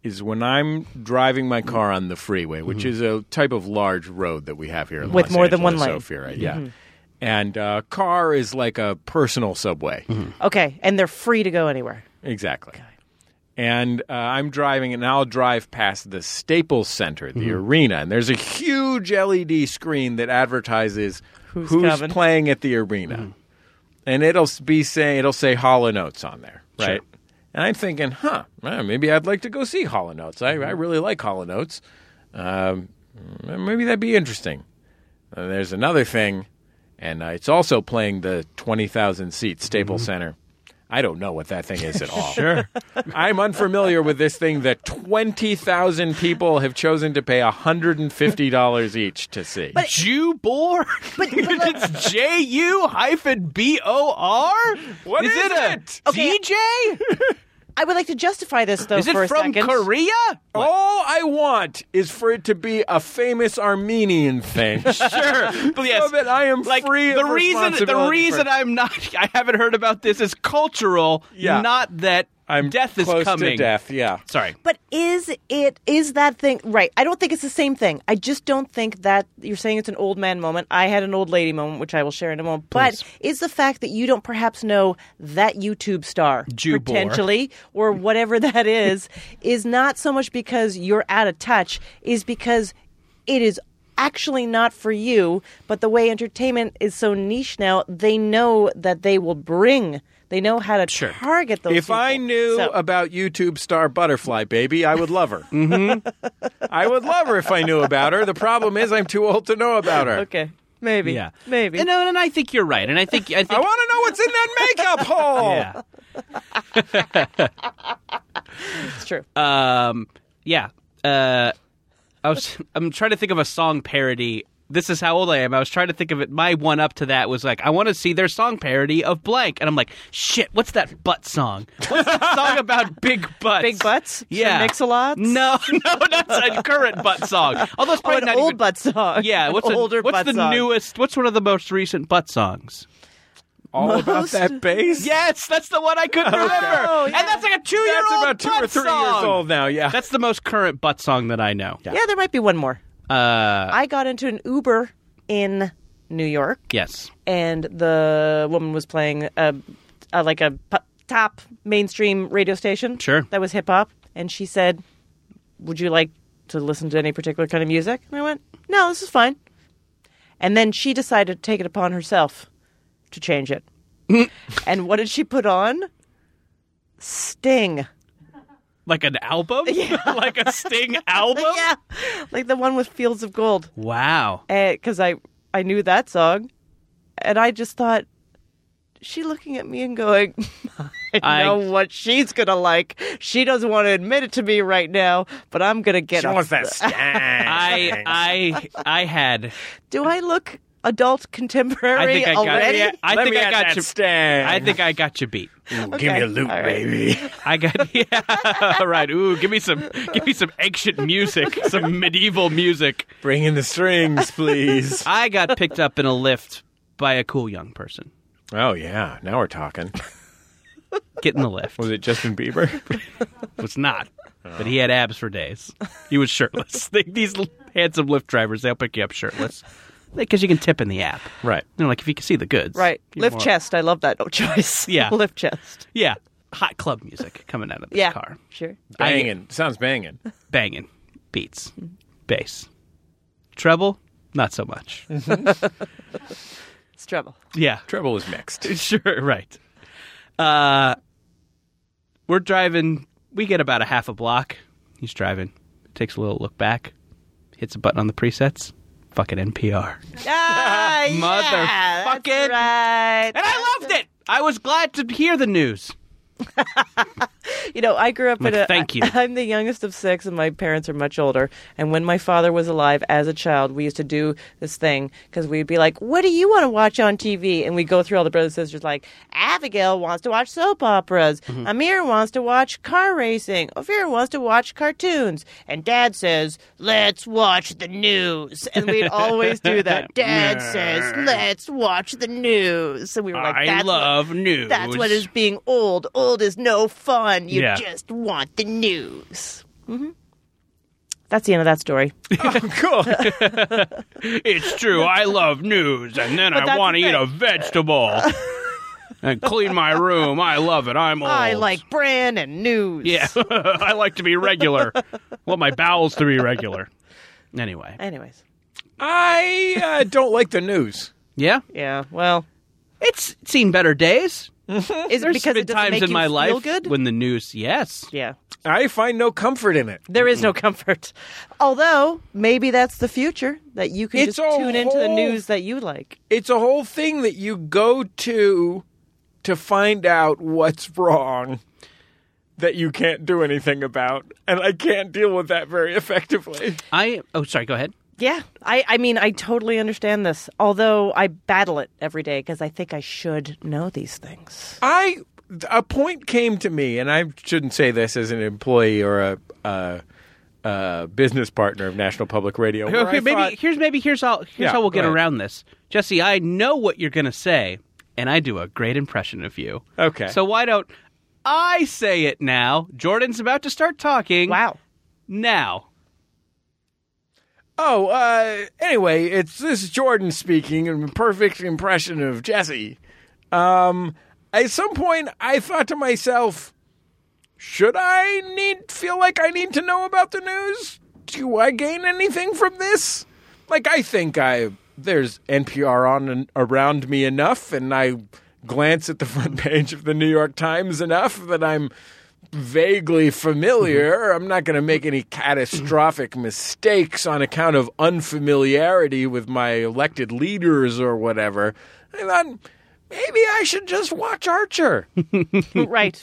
S2: is when I'm driving my car on the freeway, which is a type of large road that we have here in
S4: Mm-hmm. With
S2: Los
S4: more than one
S2: Angeles,
S4: lane. Mm-hmm.
S2: Ophira, yeah. And uh, car is like a personal subway.
S4: Okay. And they're free to go anywhere.
S2: Exactly. And uh, I'm driving, and I'll drive past the Staples Center, the arena, and there's a huge LED screen that advertises who's,
S4: coming.
S2: playing at the arena, and it'll s- be saying it'll say Hollow Notes on there, right? And I'm thinking, huh, well, maybe I'd like to go see Hollow Notes. I, I really like Hollow Notes. Um, maybe that'd be interesting. And there's another thing, and uh, it's also playing the 20,000 seat Staples Center. I don't know what that thing is at all. sure. I'm unfamiliar with this thing that 20,000 people have chosen to pay $150 each to see.
S3: Jew bore? But, it's J U hyphen B O R?
S2: What
S3: is
S2: is
S3: it? A
S2: it?
S4: Okay.
S3: DJ?
S4: I would like to justify this though
S3: is
S4: for
S3: it
S4: a
S3: from
S4: second.
S3: Korea?
S2: all I want is for it to be a famous Armenian thing.
S3: Sure. But yes.
S2: So that I am
S3: like
S2: free of
S3: the reason the
S2: responsibility
S3: reason
S2: for-
S3: I'm not I haven't heard about this is cultural,
S2: Yeah.
S3: not that
S2: I'm
S3: death is
S2: close to
S3: coming.
S2: death, yeah.
S3: Sorry.
S4: But is it is that thing right? I don't think it's the same thing. I just don't think that you're saying it's an old man moment. I had an old lady moment, which I will share in a moment. But is the fact that you don't perhaps know that YouTube star
S3: Jew bore.
S4: potentially or whatever that is is not so much because you're out of touch, is because it is actually not for you. But the way entertainment is so niche now, they know that they will bring. They know how to target those.
S2: If I
S4: people.
S2: knew
S4: So-
S2: about YouTube star Butterfly Baby, I would love her. mm-hmm. I would love her if I knew about her. The problem is I'm too old to know about her.
S4: Okay. Maybe.
S3: Yeah.
S4: Maybe.
S3: And, and I think you're right. And I think I think
S2: I want to know what's in that makeup hole.
S3: yeah.
S4: it's true.
S3: Um, yeah. Uh, I was. I'm trying to think of a song parody. This is how old I am. I was trying to think of it. My one up to that was like, I want to see their song parody of blank, and I'm like, shit, what's that butt song? What's that song about big butts?
S4: Big butts?
S3: Yeah,
S4: From Mix-a-Lots?
S3: No, no, that's a current butt song. Although it's
S4: oh,
S3: probably
S4: an
S3: not
S4: old
S3: even-
S4: butt song.
S3: Yeah,
S4: An
S3: what's a-
S4: older
S3: what's
S4: butt
S3: the
S4: song.
S3: newest? What's one of the most recent butt songs?
S2: All about that bass.
S3: Yes, that's the one I couldn't remember,
S4: Oh, yeah.
S3: and that's like a two-year-old.
S2: that's about two or
S3: butt
S2: three
S3: song.
S2: years old now. Yeah,
S3: That's the most current butt song that I know.
S4: Yeah, there might be one more.
S3: Uh,
S4: I got into an Uber in New York,
S3: yes.
S4: and the woman was playing a, a like a p- top mainstream radio station.
S3: Sure.
S4: That was hip hop, and she said, "Would you like to listen to any particular kind of music?" And I went, "No, this is fine." And then she decided to take it upon herself to change it. and what did she put on? Sting.
S3: Like an album? like a Sting album?
S4: Yeah. Like the one with Fields of Gold.
S3: Wow.
S4: Because Eh, I, I knew that song. And I just thought, she looking at me and going, I,
S3: I-
S4: know what she's going to like. She doesn't want to admit it to me right now, but I'm going to get
S5: She
S4: a-
S5: wants that stank.
S3: I I I had
S4: Do I look adult contemporary
S3: I think I got
S4: already?
S3: yeah, I
S2: Let
S3: think
S2: me
S3: I
S2: at
S3: got
S2: that
S3: you
S2: stand.
S3: I think I got you beat.
S5: Ooh, Give me a
S4: Okay.
S5: loop,
S4: All right.
S5: baby.
S3: I got yeah. right. Ooh, give me some give me some ancient music, some medieval music.
S2: Bring in the strings, please.
S3: I got picked up in a lift by a cool young person.
S2: oh yeah, now we're talking.
S3: Get in the lift.
S2: Was
S3: Was,
S2: it Justin Bieber?
S3: not. But
S4: Oh.
S3: he had abs for days. He was shirtless. They- These l- handsome lift drivers, they'll pick you up shirtless. Because you can tip in the app.
S2: right.
S3: You know, like if you can see the goods.
S4: Right.
S3: you're
S4: Lift
S3: more-
S4: chest. I love that choice.
S3: Yeah.
S4: Lift chest.
S3: Yeah. Hot club music coming out of the
S4: Yeah.
S3: car.
S4: Sure.
S2: Banging. Sounds banging.
S3: Banging. Beats. Bass. Treble, not so much.
S4: It's trouble.
S3: Yeah.
S2: Treble was mixed.
S3: sure, right. Uh, we're driving. We get about a half a block. He's driving. Takes a little look back. Hits a button on the presets. Fucking NPR.
S4: Ah, yeah, that's
S3: Motherfucking-
S4: right.
S3: And I loved it. I was glad to hear the news.
S4: You know, I grew up
S3: Like,
S4: in a.
S3: thank you.
S4: I, am the youngest of six, and my parents are much older. And when my father was alive, as a child, we used to do this thing because we'd be like, "What do you want to watch on TV?" And we go through all the brothers and sisters. Like Abigail wants to watch soap operas.
S3: Mm-hmm.
S4: Amir wants to watch car racing. Ophir wants to watch cartoons. And Dad says, "Let's watch the news." And we'd always do that. Dad says, "Let's watch the news." And we were like,
S3: I
S4: "That's what-
S3: love news.
S4: that's what is being old. Old is no fun. You
S3: Yeah.
S4: just want the news. hmm That's the end of that story.
S2: Cool.
S3: It's true. I love news, and then I
S4: that's
S3: want to
S4: the
S3: eat
S4: thing.
S3: a vegetable and clean my room. I love it. I'm old.
S4: I like brand and news.
S3: Yeah, I like to be regular. I want my bowels to be regular. Anyway,
S4: Anyways.
S2: I uh, don't like the news.
S3: yeah,
S4: Yeah. Well,
S3: it's seen better days.
S4: is it
S3: There's
S4: because
S3: been
S4: it doesn't
S3: times
S4: make
S3: in
S4: you
S3: my
S4: feel
S3: life
S4: good?
S3: when the news, yes,
S4: yeah.
S2: I find no comfort in it.
S4: There is no comfort. Although maybe that's the future that you can
S2: It's
S4: just
S2: a
S4: tune into the
S2: whole-
S4: news that you like.
S2: It's a whole thing that you go to to find out what's wrong that you can't do anything about, and I can't deal with that very effectively.
S3: I. Oh, sorry. Go ahead.
S4: Yeah. I I mean I totally understand this. Although I battle it every day because I think I should know these things.
S2: I a point came to me, and I shouldn't say this as an employee or a. a a business partner of National Public Radio. where I
S3: Okay, maybe
S2: thought-
S3: here's maybe here's all here's
S2: Yeah,
S3: how we'll
S2: go
S3: get
S2: ahead.
S3: around this, Jesse. I know what you're gonna say, and I do a great impression of you.
S2: Okay.
S3: So why don't I say it now? Jordan's about to start talking.
S4: Wow.
S3: Now.
S2: Oh, uh, anyway, it's this is Jordan speaking, and perfect impression of Jesse. Um, at some point, I thought to myself, should I need feel like I need to know about the news? Do I gain anything from this? Like, I think I there's NPR on and around me enough, and I glance at the front page of the New York Times enough that I'm vaguely familiar. I'm not going to make any catastrophic mistakes on account of unfamiliarity with my elected leaders or whatever. I thought maybe I should just watch Archer.
S4: right.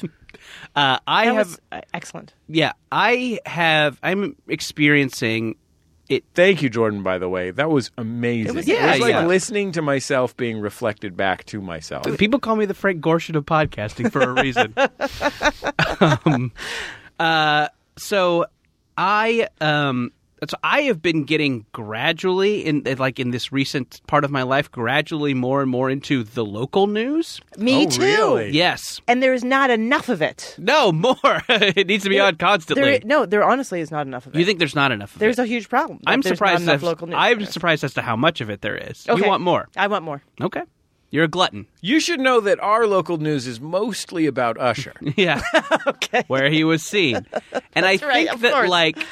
S3: Uh, I
S4: That
S3: have
S4: was uh, excellent.
S3: yeah. I have. I'm experiencing it.
S2: Thank you, Jordan. By the way, that was amazing. It was,
S3: Yeah,
S2: like
S3: yeah.
S2: listening to myself being reflected back to myself.
S3: People call me the Frank Gorshin of podcasting for a reason. um, uh, so I um, so I have been getting gradually in like in this recent part of my life, gradually more and more into the local news.
S4: Me
S2: Oh,
S4: too.
S2: really?
S3: Yes.
S4: And there is not enough of it.
S3: No more. it needs to be on
S4: There,
S3: constantly.
S4: no, there honestly is not enough of it.
S3: you think there's not enough? Of
S4: there's
S3: it.
S4: a huge problem. that
S3: I'm
S4: there's
S3: surprised.
S4: Not
S3: as-
S4: enough local news.
S3: I'm surprised as to how much of it there is.
S4: Okay.
S3: You want more?
S4: I want more.
S3: Okay. You're a glutton.
S2: You should know that our local news is mostly about Usher.
S3: Yeah. okay. Where he was seen. And I
S4: right,
S3: think
S4: of
S3: that
S4: course.
S3: like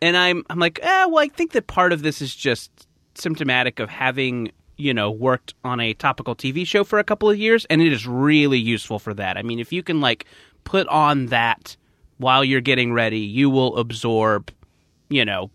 S3: and I'm I'm like, eh, well I think that part of this is just symptomatic of having you know worked on a topical TV show for a couple of years, and it is really useful for that. I mean, if you can like put on that while you're getting ready, you will absorb, you know,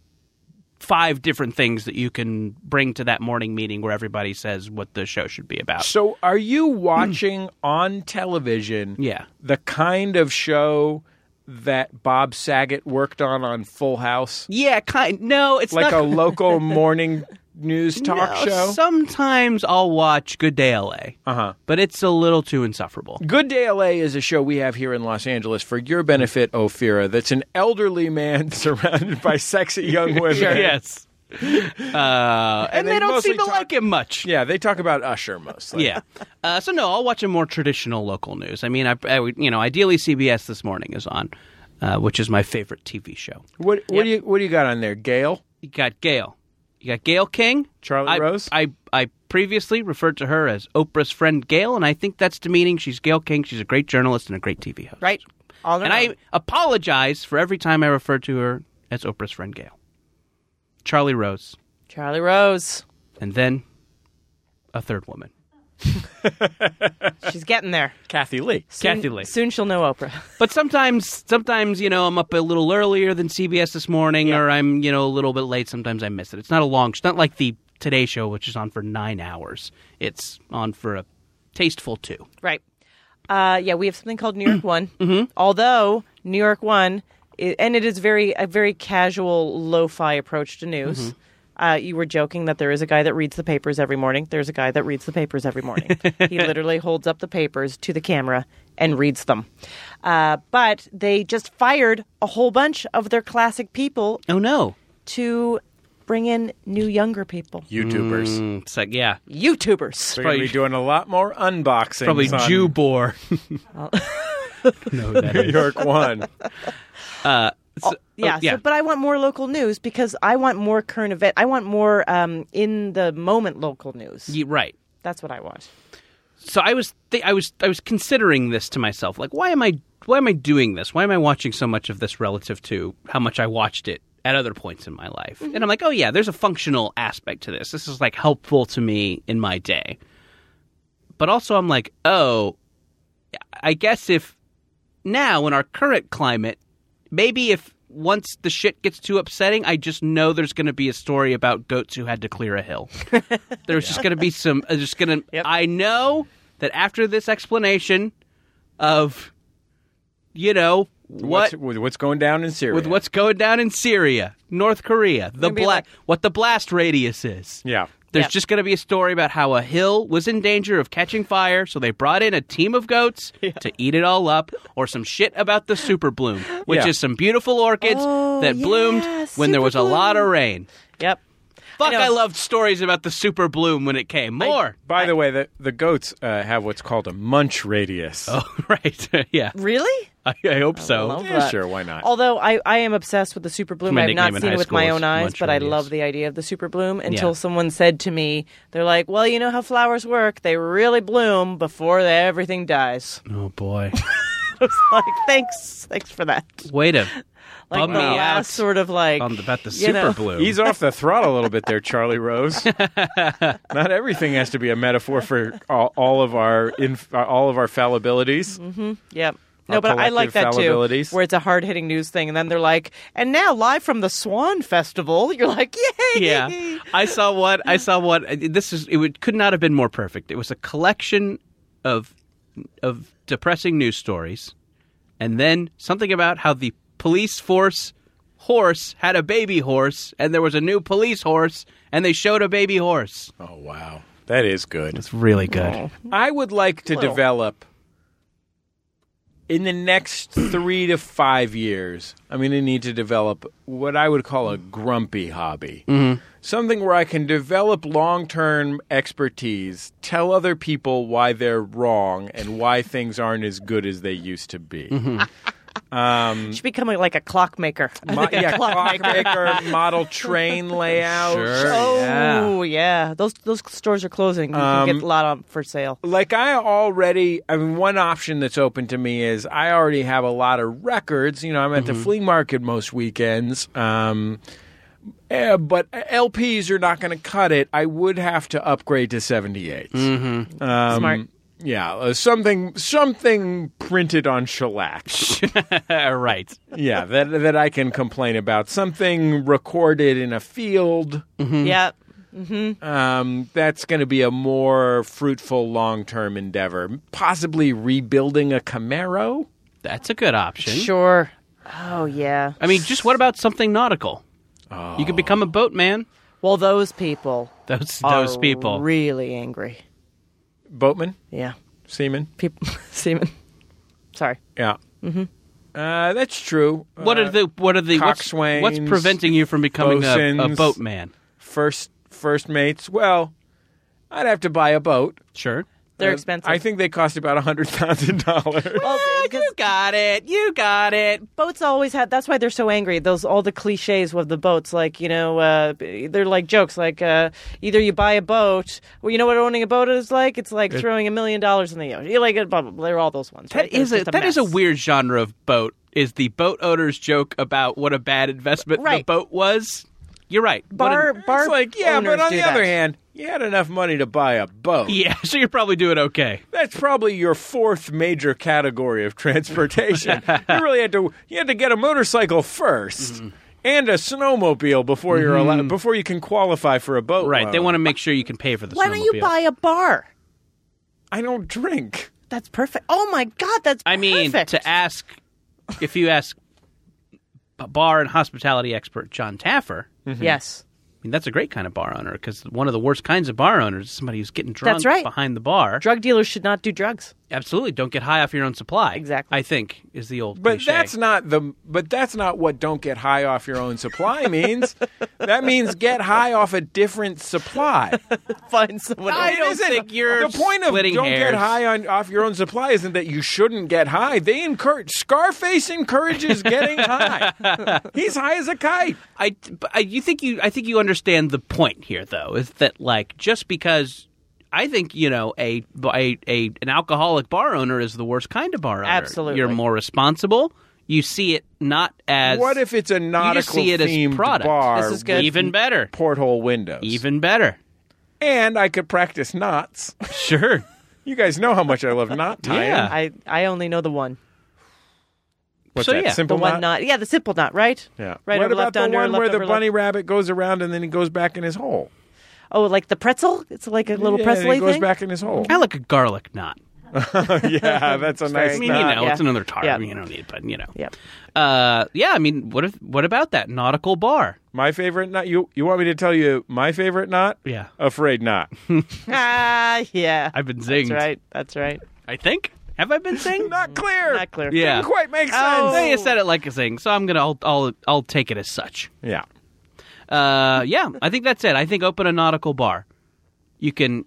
S3: five different things that you can bring to that morning meeting where everybody says what the show should be about.
S2: So, are you watching on television
S3: Hmm. Yeah.
S2: the kind of show that Bob Saget worked on on Full House?
S3: Yeah, kind. No, it's
S2: Like
S3: not
S2: a local morning news talk
S3: No,
S2: show?
S3: Sometimes I'll watch Good Day LA,
S2: Uh-huh.
S3: but it's a little too insufferable.
S2: Good Day LA is a show we have here in Los Angeles for your
S3: Hmm.
S2: benefit, Ophira, that's an elderly man surrounded by sexy young women.
S3: Yes. Uh, and,
S2: they
S3: they don't
S2: mostly
S3: seem to
S2: talk-
S3: like him much.
S2: Yeah, they talk about Usher mostly.
S3: Yeah. Uh, so no, I'll watch a more traditional local news. I mean, I, I would- you know, ideally CBS this morning is on, uh, which is my favorite TV show.
S2: What what do you what do you got on there? Gail?
S3: You got Gail. You got Gail King.
S2: Charlotte
S3: I,
S2: Rose?
S3: I, I previously referred to her as Oprah's friend Gail, and I think that's demeaning. She's Gail King. She's a great journalist and a great TV host.
S4: Right. All
S3: and I
S4: around.
S3: apologize for every time I refer to her as Oprah's friend Gail. Charlie Rose.
S4: Charlie Rose.
S3: And then a third woman.
S4: She's getting there.
S2: Kathy Lee.
S4: Soon-
S3: Kathy Lee.
S4: Soon she'll know Oprah.
S3: But sometimes, sometimes you know, I'm up a little earlier than CBS this morning, or I'm you know a little bit late. Sometimes I miss it. It's not a long. It's not like the Today Show, which is on for nine hours. It's on for a tasteful two.
S4: Right. Uh, yeah, we have something called New York One. Mm-hmm. Although New York One, i and it is very a very casual, lo-fi approach to news. Uh, you were joking that there is a guy that reads the papers every morning. There's a guy that reads the papers every morning. he literally holds up the papers to the camera and reads them. Uh, but they just fired a whole bunch of their classic people
S3: Oh no!
S4: to bring in new younger people,
S2: YouTubers.
S3: Mm, It's like yeah,
S4: YouTubers.
S2: We're gonna be
S3: probably-
S2: doing a lot more unboxings.
S3: probably
S2: on
S3: Jew bore. no, that
S2: New
S3: is.
S2: York One.
S3: So-
S4: yeah,
S3: oh, yeah.
S4: So, but I want more local news because I want more current event. I want more um, in the moment local news.
S3: Ye- right.
S4: That's what I want.
S3: so I was th- I was I was considering this to myself like why am I why am I doing this why am I watching so much of this relative to how much I watched it at other points in my life and I'm like oh yeah there's a functional aspect to this this is like helpful to me in my day but also I'm like oh I guess if now in our current climate maybe if once the shit gets too upsetting, I just know there's going to be a story about goats who had to clear a hill. there's just going to be some. uh, Just going to. I know that after this explanation of, you know, what
S2: What's, with what's going down in Syria?
S3: with what's going down in Syria, North Korea, the
S4: Gonna be
S3: bla-
S4: like-
S3: what the blast radius is.
S2: Yeah.
S3: There's
S4: Yep.
S3: just going to be a story about how a hill was in danger of catching fire, so they brought in a team of goats to eat it all up, or some shit about the super bloom, which
S2: Yeah.
S3: is some beautiful orchids
S4: Oh,
S3: that
S4: yeah,
S3: bloomed when there was a
S4: super
S3: lot of rain.
S4: Yep.
S3: Fuck,
S4: know.
S3: I, loved stories about the super bloom when it came. More.
S2: By the way, the, the goats uh, have what's called a munch radius.
S3: oh, right. yeah.
S4: Really?
S3: I, I hope so.
S4: love
S2: Yeah,
S4: that.
S2: sure, why not?
S4: Although I, I am obsessed with the super bloom.
S3: my
S4: I've not
S3: nickname in
S4: seen
S3: high
S4: it with
S3: school
S4: my
S3: was
S4: own eyes,
S3: Munch
S4: but I
S3: Radius.
S4: love the idea of the super bloom until
S3: Yeah.
S4: someone said to me, they're like, well, you know how flowers work. They really bloom before everything dies.
S3: Oh, boy.
S4: I was like, thanks. Thanks for that.
S3: way to
S4: Like
S3: bum
S4: the
S3: me
S4: last
S3: out
S4: sort of like.
S3: on the, about the
S4: you
S3: super
S4: know.
S3: bloom.
S2: Ease off the throttle a little bit there, Charlie Rose. Not everything has to be a metaphor for all, all of our inf- uh, all of our fallibilities.
S3: Mm-hmm.
S4: Yep.
S2: Our
S4: No, but I like that
S2: collective
S4: too,
S2: fallibilities.
S4: where it's a hard hitting news thing, and then they're like, and now live from the Swan Festival, you're like, yay!
S3: yeah i saw what i saw what this is it would, could not have been more perfect it was a collection of of depressing news stories and then something about how the police force horse had a baby horse and there was a new police horse and they showed a baby horse
S2: Oh wow, that is good.
S3: it's really good
S2: I would like to
S4: Little.
S2: develop in the next three to five years. I'm going to need to develop what I would call a grumpy hobby, something where I can develop long term expertise, tell other people why they're wrong and why things aren't as good as they used to be.
S4: You should become like a clockmaker.
S2: Mo- yeah, clockmaker, model train layout.
S3: Sure.
S4: Oh yeah. those those stores are closing. You can
S2: Um,
S4: get a lot on for sale.
S2: Like I already, I mean, one option that's open to me is I already have a lot of records. You know, I'm at the flea market most weekends, um, eh, but LPs are not going to cut it. I would have to upgrade to 78s. Um,
S4: Smart.
S2: Yeah, uh, something something printed on shellac.
S3: right.
S2: yeah, that that I can complain about. Something recorded in a field.
S4: Yeah.
S2: Um, that's going to be a more fruitful long term endeavor. Possibly rebuilding a Camaro.
S3: That's a good option.
S4: Sure. Oh yeah.
S3: I mean, just what about something nautical? You could become a boatman.
S4: Well, those people.
S3: Those
S4: are
S3: those people.
S4: really angry.
S2: Boatman,
S4: Yeah.
S2: seaman.
S4: People. Seaman. Sorry.
S2: Yeah. Mm-hmm. Uh, that's true.
S3: what
S2: uh,
S3: are the what are the what's,
S2: coxswains,
S3: what's preventing you from becoming a, a
S2: bosuns.
S3: boatman?
S2: first first mates? Well, I'd have to buy a boat.
S3: Sure.
S4: They're
S2: Uh,
S4: expensive.
S2: I think they cost about a hundred thousand dollars.
S4: Well, Oh, because
S3: got it. You got it.
S4: boats always had. That's why they're so angry. Those all the cliches with the boats, like you know, uh, they're like jokes. Like uh, either you buy a boat, well, you know what owning a boat is like. It's like throwing a million dollars in the ocean. You're like blah, blah, blah. They're all those ones.
S3: That
S4: right? They're
S3: is a,
S4: just
S3: that is a
S4: mess.
S3: weird genre of boat. Is the boat owner's joke about what a bad investment the
S4: Right.
S3: boat was? You're right. What a-
S4: bar bar.
S2: it's like yeah, but
S4: owners
S2: on
S4: do
S2: the other
S4: that.
S2: hand, you had enough money to buy a boat.
S3: yeah, so you're probably doing okay.
S2: That's probably your fourth major category of transportation. you really had to you had to get a motorcycle 1st and a snowmobile before you're allowed before you can qualify for a boat.
S3: Right. They
S2: loan.
S3: want to make sure you can pay for the
S4: Why don't you
S3: snowmobile.
S4: buy a bar?
S2: I don't drink.
S4: That's perfect. Oh my god, that's.
S3: I mean,
S4: perfect.
S3: to ask if you ask a bar and hospitality expert John Taffer, I
S4: yes.
S3: mean that's a great kind of bar owner because one of the worst kinds of bar owners is somebody who's getting drunk
S4: That's right.
S3: behind the bar.
S4: Drug dealers should not do drugs.
S3: Absolutely, don't get high off your own supply.
S4: Exactly.
S3: I think is the old.
S2: But
S3: cliche.
S2: that's not the but that's not what don't get high off your own supply means. that means get high off a different supply.
S4: Find someone.
S3: I
S4: else.
S3: don't
S2: Isn't-
S3: think you're
S2: the point of
S3: splitting
S2: don't get
S3: hairs.
S2: high on off your own supply isn't that you shouldn't get high. They encourage Scarface encourages getting high. He's high as a kite.
S3: I, but I you think you I think you understand the point here though is that like just because I think you know a, a, a an alcoholic bar owner is the worst kind of bar owner.
S4: Absolutely.
S3: you're more responsible. You see it not as
S2: What if it's a
S3: you
S2: nautical
S3: just see it as
S2: themed
S3: product?
S2: bar
S4: This is good.
S2: with
S3: Even better.
S2: porthole windows?
S3: Even better.
S2: and I could practice knots.
S3: Sure.
S2: You guys know how much I love knot tying.
S3: Yeah.
S4: I I only know the one.
S2: What's
S3: So,
S2: that
S3: yeah,
S4: The
S2: simple
S4: one knot. Yeah, the simple knot. Right.
S2: Yeah.
S4: Right
S2: what
S4: over,
S2: about
S4: left
S2: the
S4: under,
S2: one
S4: left
S2: where the
S4: over, left-
S2: bunny rabbit goes around and then he goes back in his hole?
S4: Oh, like the pretzel. It's like a little
S2: yeah,
S4: pretzel
S2: and he goes
S4: thing.
S2: back in his hole.
S3: I like a garlic knot.
S2: yeah, that's a nice
S3: I mean,
S2: knot.
S3: you know,
S4: yeah.
S3: it's another tarp.
S4: Yeah.
S3: You don't need, it, but you know.
S4: Yeah.
S3: Uh, yeah. I mean, what if? What about that nautical bar?
S2: My favorite knot. You you want me to tell you my favorite knot?
S3: Yeah.
S2: Afraid not.
S4: Ah, yeah.
S3: I've been zinged.
S4: That's right. That's right.
S3: I think. Have I been zinged?
S2: not clear.
S4: Not clear.
S3: Yeah. Oh.
S2: Didn't quite make sense.
S3: They just said it like a zing, so I'm gonna. I'll. I'll, I'll take it as such.
S2: Yeah.
S3: Uh, yeah, I think that's it. I think open a nautical bar. You can.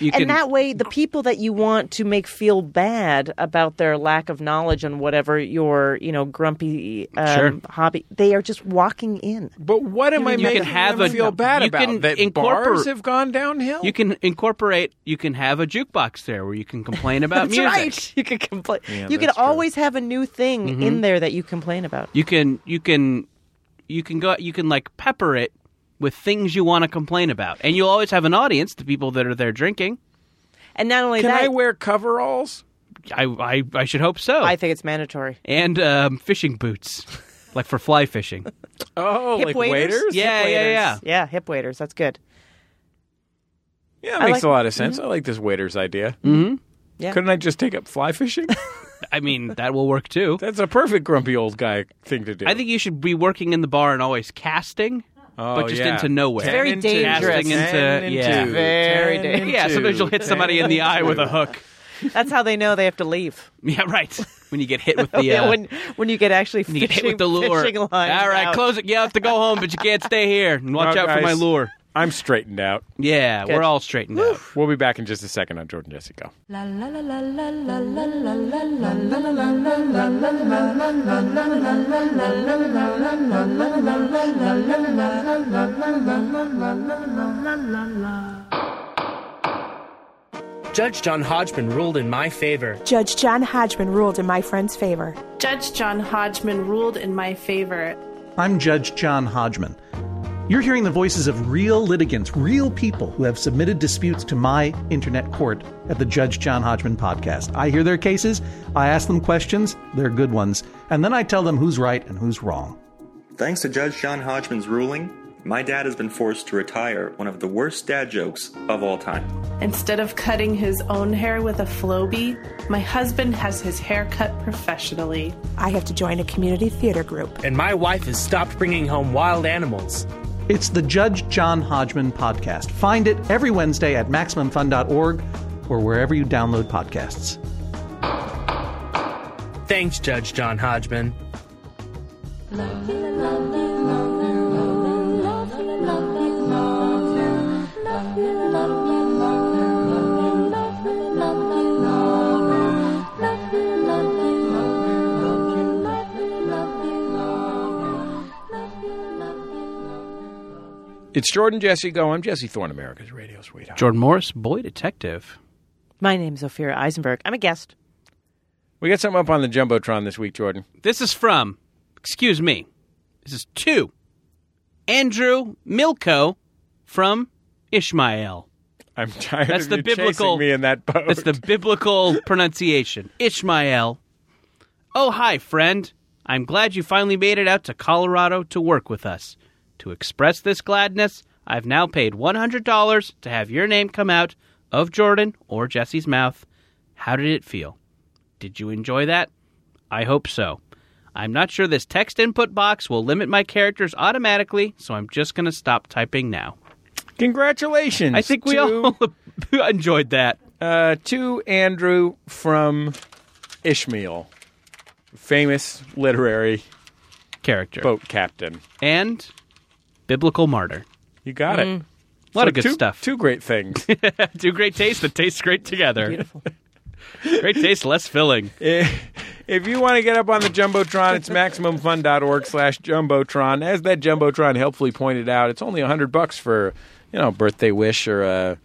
S3: You can.
S4: And that way, the people that you want to make feel bad about their lack of knowledge on whatever your, you know, grumpy um,
S3: Sure.
S4: hobby, they are just walking in.
S2: But what am I
S3: you can
S2: making
S3: have
S2: them
S3: a-
S2: feel bad
S3: you
S2: about?
S3: can
S2: that
S3: incorporate-
S2: bars have gone downhill.
S3: you can incorporate. You can have a jukebox there where you can complain about
S4: That's
S3: music.
S4: right. You can complain. you can
S2: that's true.
S4: always have a new thing
S3: Mm-hmm.
S4: in there that you complain about.
S3: You can. You can. You can go. You can like pepper it with things you want to complain about, and you'll always have an audience. The people that are there drinking.
S4: And not only
S2: Can
S4: that,
S2: I wear coveralls?
S3: I. I, I should hope so.
S4: I think it's mandatory.
S3: and um, fishing boots, like for fly fishing.
S2: Oh,
S4: Hip
S2: like
S4: waiters?
S2: waiters?
S3: Yeah.
S4: Hip waiters.
S3: yeah.
S4: Yeah, hip waiters. That's good.
S2: Yeah, it makes
S4: like-
S2: a lot of sense. I like this waiters idea.
S4: Yeah.
S2: Couldn't I just take up fly fishing?
S3: I mean, that will work too.
S2: That's a perfect grumpy old guy thing to do.
S3: I think you should be working in the bar and always casting,
S2: Oh,
S3: but just
S2: yeah.
S3: into nowhere.
S2: Ten
S4: very
S2: and
S4: dangerous.
S2: Casting into,
S3: Ten and
S2: yeah.
S3: two.
S4: Very
S2: Ten
S4: dangerous.
S2: and
S3: yeah,
S2: two.
S3: sometimes you'll hit
S2: Ten
S3: somebody in the
S2: and
S3: eye with
S2: two.
S3: a hook.
S4: That's how they know they have to leave.
S3: Yeah, right. When you get hit with the uh,
S4: Yeah, when when you get actually
S3: when
S4: fishing,
S3: you get hit with the lure.
S4: fishing
S3: All
S4: lines
S3: right,
S4: out.
S3: close it. You have to go home, but you can't stay here. And watch
S2: Well,
S3: out for my
S2: guys,
S3: lure.
S2: I'm straightened out.
S3: Yeah,
S4: Good.
S3: we're all straightened out.
S2: We'll be back in just a second on Jordan Jesse Go.
S1: La la la la la la la la la la.
S5: Judge John Hodgman ruled in my favor.
S6: Judge John Hodgman ruled in my friend's favor.
S7: Judge John Hodgman ruled in my favor.
S8: I'm Judge John Hodgman.
S7: You're hearing the voices of real litigants, real people who have submitted disputes to my internet court at the Judge John Hodgman podcast. I hear their cases, I ask them questions, they're good ones, and then I tell them who's right and who's wrong.
S8: Thanks to Judge John Hodgman's ruling, my dad has been forced to retire one of the worst dad jokes of all time.
S9: Instead of cutting his own hair with a flowbee, my husband has his hair cut professionally.
S6: I have to join a community theater group.
S5: And my wife has stopped bringing home wild animals.
S7: It's the Judge John Hodgman podcast. Find it every Wednesday at MaximumFun.org or wherever you download podcasts.
S5: Thanks, Judge John Hodgman.
S2: It's Jordan Jesse Go. I'm Jesse Thorne, America's radio sweetheart.
S3: Jordan Morris, boy detective.
S4: My name's Ophira Eisenberg. I'm a guest.
S2: We got something up on the jumbotron this week, Jordan.
S3: This is from, excuse me, this is two, Andrew Milko from Ishmael.
S2: I'm tired.
S3: That's
S2: of
S3: the
S2: you
S3: biblical-
S2: chasing me in that boat.
S3: That's the biblical pronunciation. Ishmael. Oh, hi, friend. I'm glad you finally made it out to Colorado to work with us. To express this gladness, I've now paid $100 to have your name come out of Jordan or Jesse's mouth. How did it feel? Did you enjoy that? I hope so. I'm not sure this text input box will limit my characters automatically, so I'm just going to stop typing now.
S2: Congratulations.
S3: I think we
S2: to,
S3: all enjoyed that.
S2: uh, to Andrew from Ishmael, famous literary
S3: Character.
S2: boat captain.
S3: and biblical martyr.
S2: You got it.
S3: Mm. A lot of good
S2: two,
S3: stuff.
S2: Two great things.
S3: Two great tastes that taste great together. great taste, less filling.
S2: if you want to get up on the jumbotron it's maximumfun.org slash jumbotron as that jumbotron helpfully pointed out it's only 100 bucks for you know birthday wish or a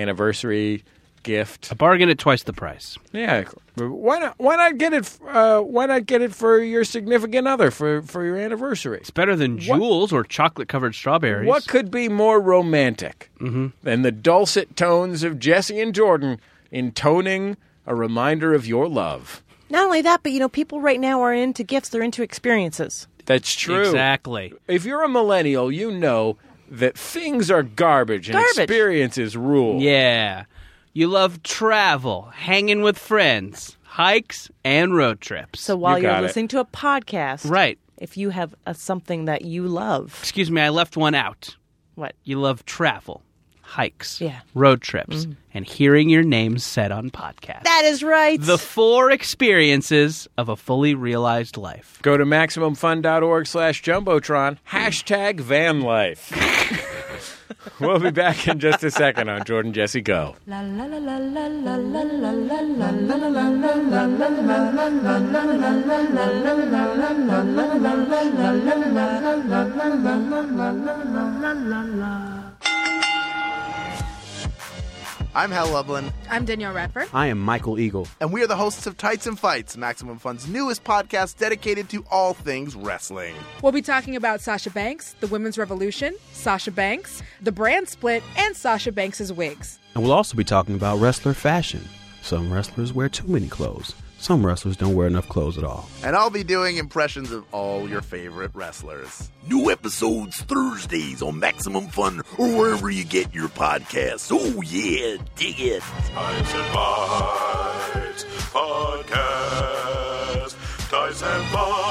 S2: anniversary gift
S3: A bargain at twice the price.
S2: yeah why not why not get it uh, why not get it for your significant other for for your anniversary
S3: It's better than jewels or chocolate covered strawberries.
S2: what could be more romantic
S3: Mm-hmm.
S2: than the dulcet tones of jesse and jordan intoning a reminder of your love
S4: Not only that, but you know, people right now are into gifts, they're into experiences.
S2: that's true
S3: Exactly.
S2: if you're a millennial, you know that things are garbage and
S4: Garbage.
S2: experiences rule.
S3: Yeah. You love travel, hanging with friends, hikes, and road trips.
S4: So while
S2: You
S4: you
S2: got
S4: are
S2: it.
S4: listening to a podcast,
S3: right.
S4: if you have a, something that you love,
S3: Excuse me, I left one out.
S4: what?
S3: You love travel, hikes,
S4: Yeah. Mm.
S3: road trips, and hearing your name said on podcasts.
S4: That is right.
S3: the four experiences of a fully realized life.
S2: Go to MaximumFun.org slash Jumbotron, hashtag van life. we'll be back in just a second on Jordan Jesse Go.
S10: I'm Hal Lublin,
S11: I'm Danielle Radford.
S12: I am Michael Eagle.
S10: and we are the hosts of Tights and Fights, Maximum Fun's newest podcast dedicated to all things wrestling.
S11: We'll be talking about Sasha Banks, the women's revolution, Sasha Banks, the brand split, and Sasha Banks's wigs.
S12: And we'll also be talking about wrestler fashion. Some wrestlers wear too many clothes, some wrestlers don't wear enough clothes at all.
S10: And I'll be doing impressions of all your favorite wrestlers. New episodes Thursdays on Maximum Fun or wherever you get your podcasts. Oh, yeah, dig it.
S8: Tights and Bites Podcast. Tights and Bites.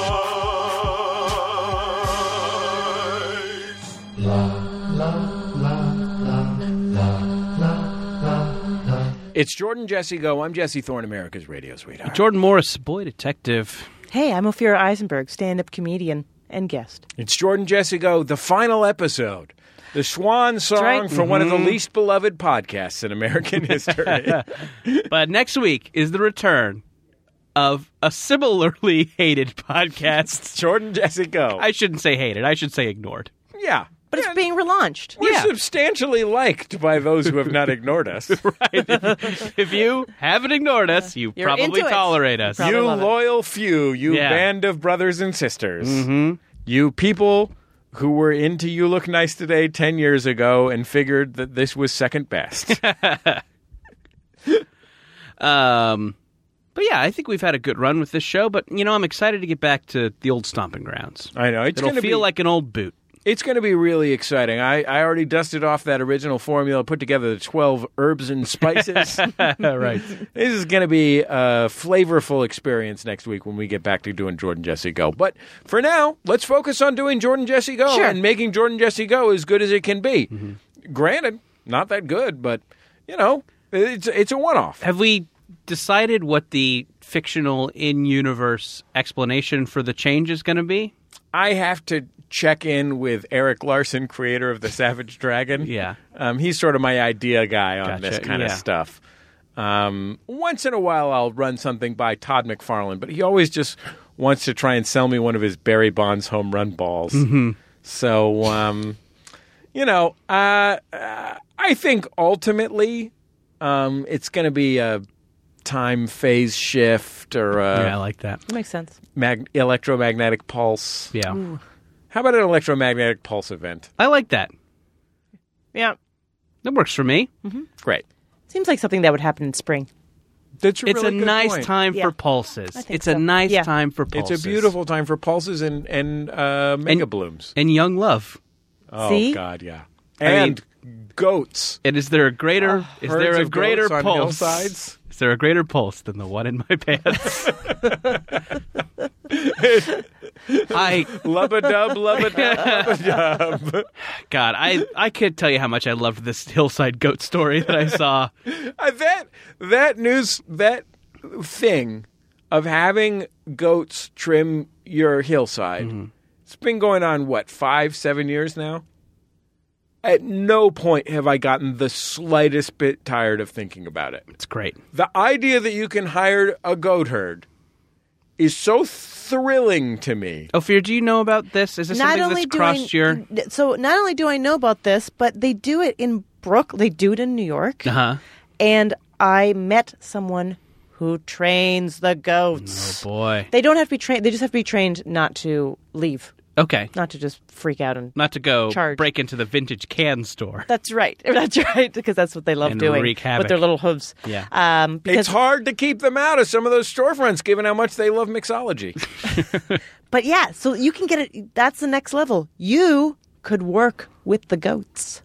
S2: It's Jordan Jesse Go. I'm Jesse Thorne, America's radio sweetheart.
S3: Jordan Morris, boy detective.
S4: hey, I'm Ophira Eisenberg, stand up comedian and guest.
S2: It's Jordan Jesse Go, the final episode. The swan song
S4: right. Mm-hmm.
S2: for one of the least beloved podcasts in American history.
S3: But next week is the return of a similarly hated podcast.
S2: Jordan Jesse Go.
S3: I shouldn't say hated, I should say ignored.
S2: yeah.
S4: But
S2: Yeah,
S4: it's being relaunched.
S2: We're
S3: Yeah.
S2: substantially liked by those who have not ignored us.
S3: If you haven't ignored us, you
S4: You're
S3: probably
S4: into it.
S3: tolerate us.
S4: Probably
S2: You
S4: love it.
S2: loyal few, you
S3: Yeah. Mm-hmm.
S2: band of brothers and sisters, you people who were into You Look Nice Today 10 years ago and figured that this was second best.
S3: um, but yeah, I think we've had a good run with this show. But you know, I'm excited to get back to the old stomping grounds.
S2: I know it's
S3: It'll
S2: going to
S3: feel like an old boot.
S2: It's going to be really exciting. I, I already dusted off that original formula, put together the 12 herbs and spices.
S3: Right.
S2: This is going to be a flavorful experience next week when we get back to doing Jordan Jesse Go. But for now, let's focus on doing Jordan Jesse Go
S3: Sure. Mm-hmm.
S2: and making Jordan Jesse Go as good as it can be. Granted, not that good, but you know, it's it's a one off.
S3: Have we decided what the fictional in-universe explanation for the change is going to be?
S2: I have to check in with Eric Larson, creator of the Savage Dragon.
S3: Yeah.
S2: um, he's sort of my idea guy on
S3: Gotcha,
S2: this kind of
S3: yeah.
S2: stuff. Um, once in a while, I'll run something by Todd McFarlane, but he always just wants to try and sell me one of his Barry Bonds home run balls.
S3: Mm-hmm.
S13: Mhm.
S2: So, um, you know, uh, uh, I think ultimately um, it's going to be a time phase shift or a
S3: yeah, I like that.
S4: makes sense.
S2: mag- electromagnetic pulse.
S3: Yeah.
S4: Ooh.
S2: How about an electromagnetic pulse event?
S3: I like that.
S4: Yeah.
S3: That works for me.
S2: Great.
S4: Seems like something that would happen in spring.
S2: That's
S3: it's a nice time
S4: Yeah.
S3: for pulses.
S4: I think
S3: It's
S4: so.
S3: a nice
S4: Yeah.
S3: time for pulses.
S2: It's a beautiful time for pulses and and uh, mega
S3: And-
S2: blooms.
S3: and young love.
S2: Oh
S3: See?
S2: God, yeah.
S3: I mean-
S2: And goats.
S3: And is there a greater is
S2: Uh, herds
S3: there a
S2: of
S3: greater
S2: goats on
S3: pulse?
S2: hillsides?
S3: Is there a greater pulse than the one in my pants? I
S2: lubba dub lubba dub lubba dub.
S3: God, I I can't tell you how much I loved this hillside goat story that I saw.
S2: Uh, that that news that thing of having goats trim your hillside.
S3: Mm-hmm.
S2: It's been going on what five seven years now. At no point have I gotten the slightest bit tired of thinking about it.
S3: It's great.
S2: The idea that you can hire a goat herd is so thrilling to me.
S3: Ophir, do you know about this? Is this something that's
S4: do I-
S3: crossed your
S4: so not only do I know about this, but they do it in Brook. They do it in New York,
S3: Uh-huh.
S4: and I met someone who trains the goats.
S3: Boy.
S4: They don't have to be trained. They just have to be trained not to leave,
S3: Okay.
S4: not to just freak out and.
S3: Not to go
S4: Charge.
S3: break into the vintage can store.
S4: That's right. That's right. Because that's what they love
S3: And
S4: doing
S3: wreak havoc.
S4: with their little hooves.
S3: Yeah.
S4: Um, because
S2: It's hard to keep them out of some of those storefronts given how much they love mixology.
S4: But yeah, so you can get it. That's the next level. You could work with the goats.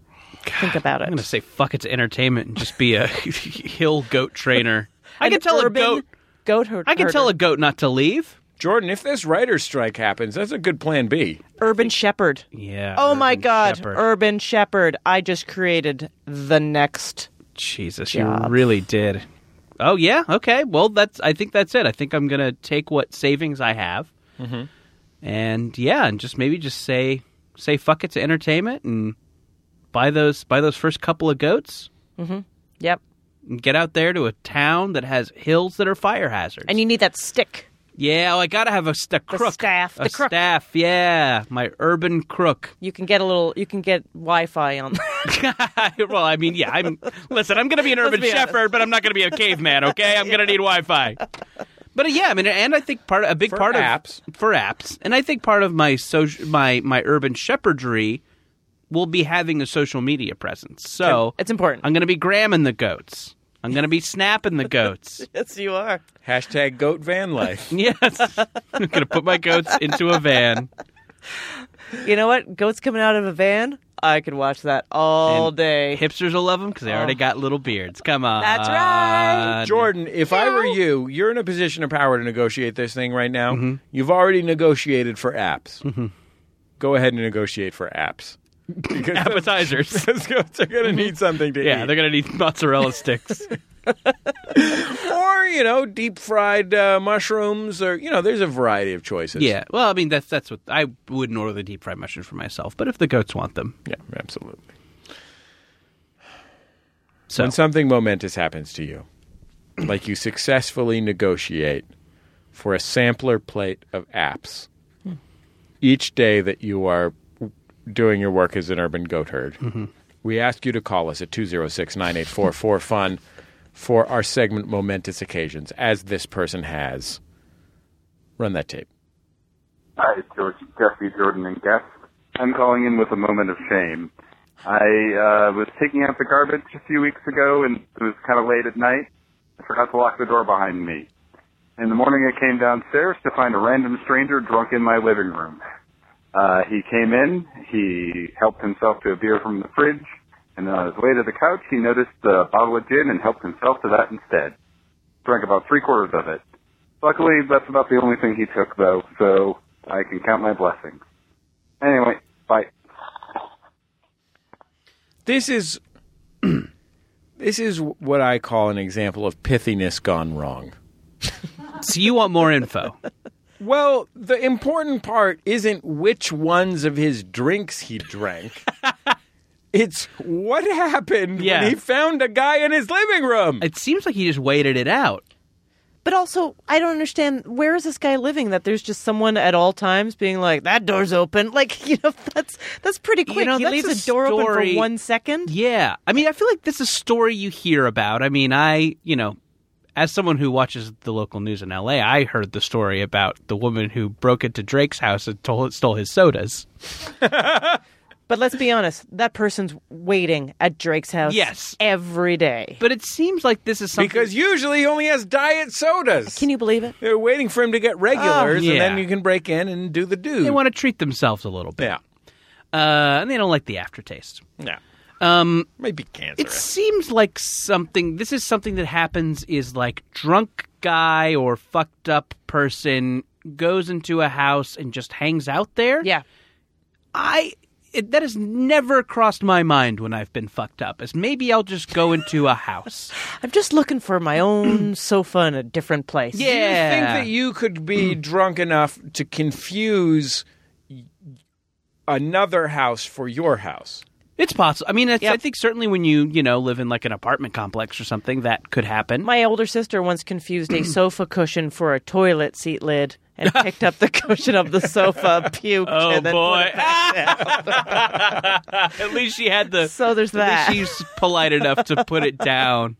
S4: Think about
S3: I'm
S4: it.
S3: gonna say fuck it to entertainment and just be a hill goat trainer. I
S4: An
S3: can tell a
S4: urban
S3: goat
S4: Goat herd.
S3: I can tell a goat not to leave.
S2: Jordan, if this writer's strike happens, that's a good plan B.
S4: urban shepherd.
S3: Yeah.
S4: oh my God,
S3: shepherd.
S4: urban shepherd! I just created the next.
S3: Jesus, you
S4: job.
S3: really did. Oh yeah, okay. Well, that's. I think that's it. I think I'm gonna take what savings I have,
S13: Mhm.
S3: and yeah, and just maybe just say say fuck it to entertainment and buy those buy those first couple of goats
S4: Mm-hmm. Yep.
S3: and get out there to a town that has hills that are fire hazards.
S4: And you need that stick.
S3: yeah, oh, I gotta have a, st- a crook,
S4: staff,
S3: a
S4: the crook.
S3: staff. Yeah, my urban crook.
S4: You can get a little. You can get Wi-Fi on.
S3: well, I mean, yeah. I'm listen. I'm gonna be an urban
S4: be honest.
S3: shepherd, but I'm not gonna be a caveman. Okay, I'm gonna need Wi-Fi. But uh, yeah, I mean, and I think part a big
S2: For
S3: part
S2: apps.
S3: of for apps, and I think part of my social my my urban shepherdry will be having a social media presence. So
S4: it's important.
S3: I'm gonna be gramming the goats. I'm gonna be snapping the goats.
S4: yes, you are.
S2: Hashtag goat van life.
S3: yes, I'm gonna put my goats into a van.
S4: You know what? Goats coming out of a van. I could watch that all
S3: And
S4: day.
S3: Hipsters will love them because they already got little beards. Come on,
S4: Oh. That's right.
S2: Jordan, if I were you, you're in a position of power to negotiate this thing right now. You've already negotiated for apps. Go ahead and negotiate for apps. Because
S3: Appetizers.
S2: those goats are going to need something to
S3: Yeah,
S2: eat.
S3: they're gonna need mozzarella sticks.
S2: or, you know, deep fried uh, mushrooms or, you know, there's a variety of choices.
S3: Yeah. Well, I mean that's that's what I wouldn't order the deep fried mushrooms for myself, but if the goats want them,
S2: Yeah, absolutely.
S3: so
S2: When something momentous happens to you, like you successfully negotiate for a sampler plate of apps each day that you are doing your work as an urban goat herd, we ask you to call us at 206 9844 FUN for our segment Momentous Occasions, as this person has. Run that tape.
S14: Hi, George, Jesse, Jordan, and guest.
S13: I'm calling in with a moment of shame. I uh, was taking out the garbage a few weeks ago, and it was kind of late at night. I forgot to lock the door behind me. In the morning, I came downstairs to find a random stranger drunk in my living room. Uh, he came in, he helped himself to a beer from the fridge, and on his way to the couch, he noticed a bottle of gin and helped himself to that instead. Drank about three quarters of it. Luckily, that's about the only thing he took, though, so I can count my blessings. Anyway, bye.
S2: This is this is what I call an example of pithiness gone wrong.
S3: so you want more info?
S2: Well, the important part isn't which ones of his drinks he drank. it's what happened
S3: Yeah.
S2: when he found a guy in his living room.
S3: It seems like he just waited it out.
S4: But also, I don't understand where is this guy living that there's just someone at all times being like, that door's open. Like, you know, that's that's pretty quick.
S3: You know,
S4: he
S3: that's
S4: leaves
S3: a
S4: the door open
S3: story-
S4: for one second.
S3: Yeah. I mean, I feel like this is a story you hear about. I mean, I, you know, as someone who watches the local news in LA, I heard the story about the woman who broke into Drake's house and told, stole his sodas.
S4: But let's be honest, that person's waiting at Drake's house
S3: Yes.
S4: every day.
S3: But it seems like this is something.
S2: Because usually he only has diet sodas. Can
S4: you believe it?
S2: They're waiting for him to get regulars,
S3: Oh, yeah.
S2: and then you can break in and do the dude.
S3: They want to treat themselves a little bit.
S2: Yeah.
S3: Uh, and they don't like the aftertaste.
S2: Yeah.
S3: Um,
S2: Might be cancerous.
S3: It seems like something. This is something that happens. Is like drunk guy or fucked up person goes into a house and just hangs out there.
S4: Yeah,
S3: I it, that has never crossed my mind when I've been fucked up. Is maybe I'll just go into a house.
S4: I'm just looking for my own sofa in a different place.
S2: Do you think that you could be drunk enough to confuse y- another house for your house?
S3: It's possible. I mean, it's, I think certainly when you you know live in like an apartment complex or something, that could happen.
S4: My older sister once confused a sofa cushion for a toilet seat lid and picked up the cushion of the sofa, puked,
S3: Oh,
S4: and then
S3: boy.
S4: put it back down.
S3: At least she had the.
S4: So there's that.
S3: At least she's polite enough to put it down.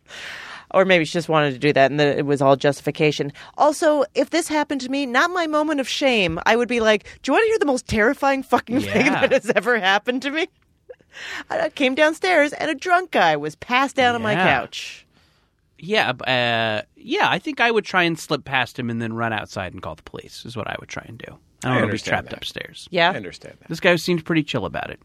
S4: or maybe she just wanted to do that and then it was all justification. Also, if this happened to me, not my moment of shame, I would be like, Do you want to hear the most terrifying fucking thing
S3: Yeah.
S4: that has ever happened to me? I came downstairs and a drunk guy was passed down on my
S3: Yeah.
S4: couch.
S3: Yeah, b- uh, yeah. I think I would try and slip past him and then run outside and call the police. Is what I would try and do. I
S2: I
S3: don't want to be
S2: understand
S3: trapped
S2: that.
S3: upstairs.
S4: Yeah.
S2: I understand that.
S3: This guy seems pretty chill about it.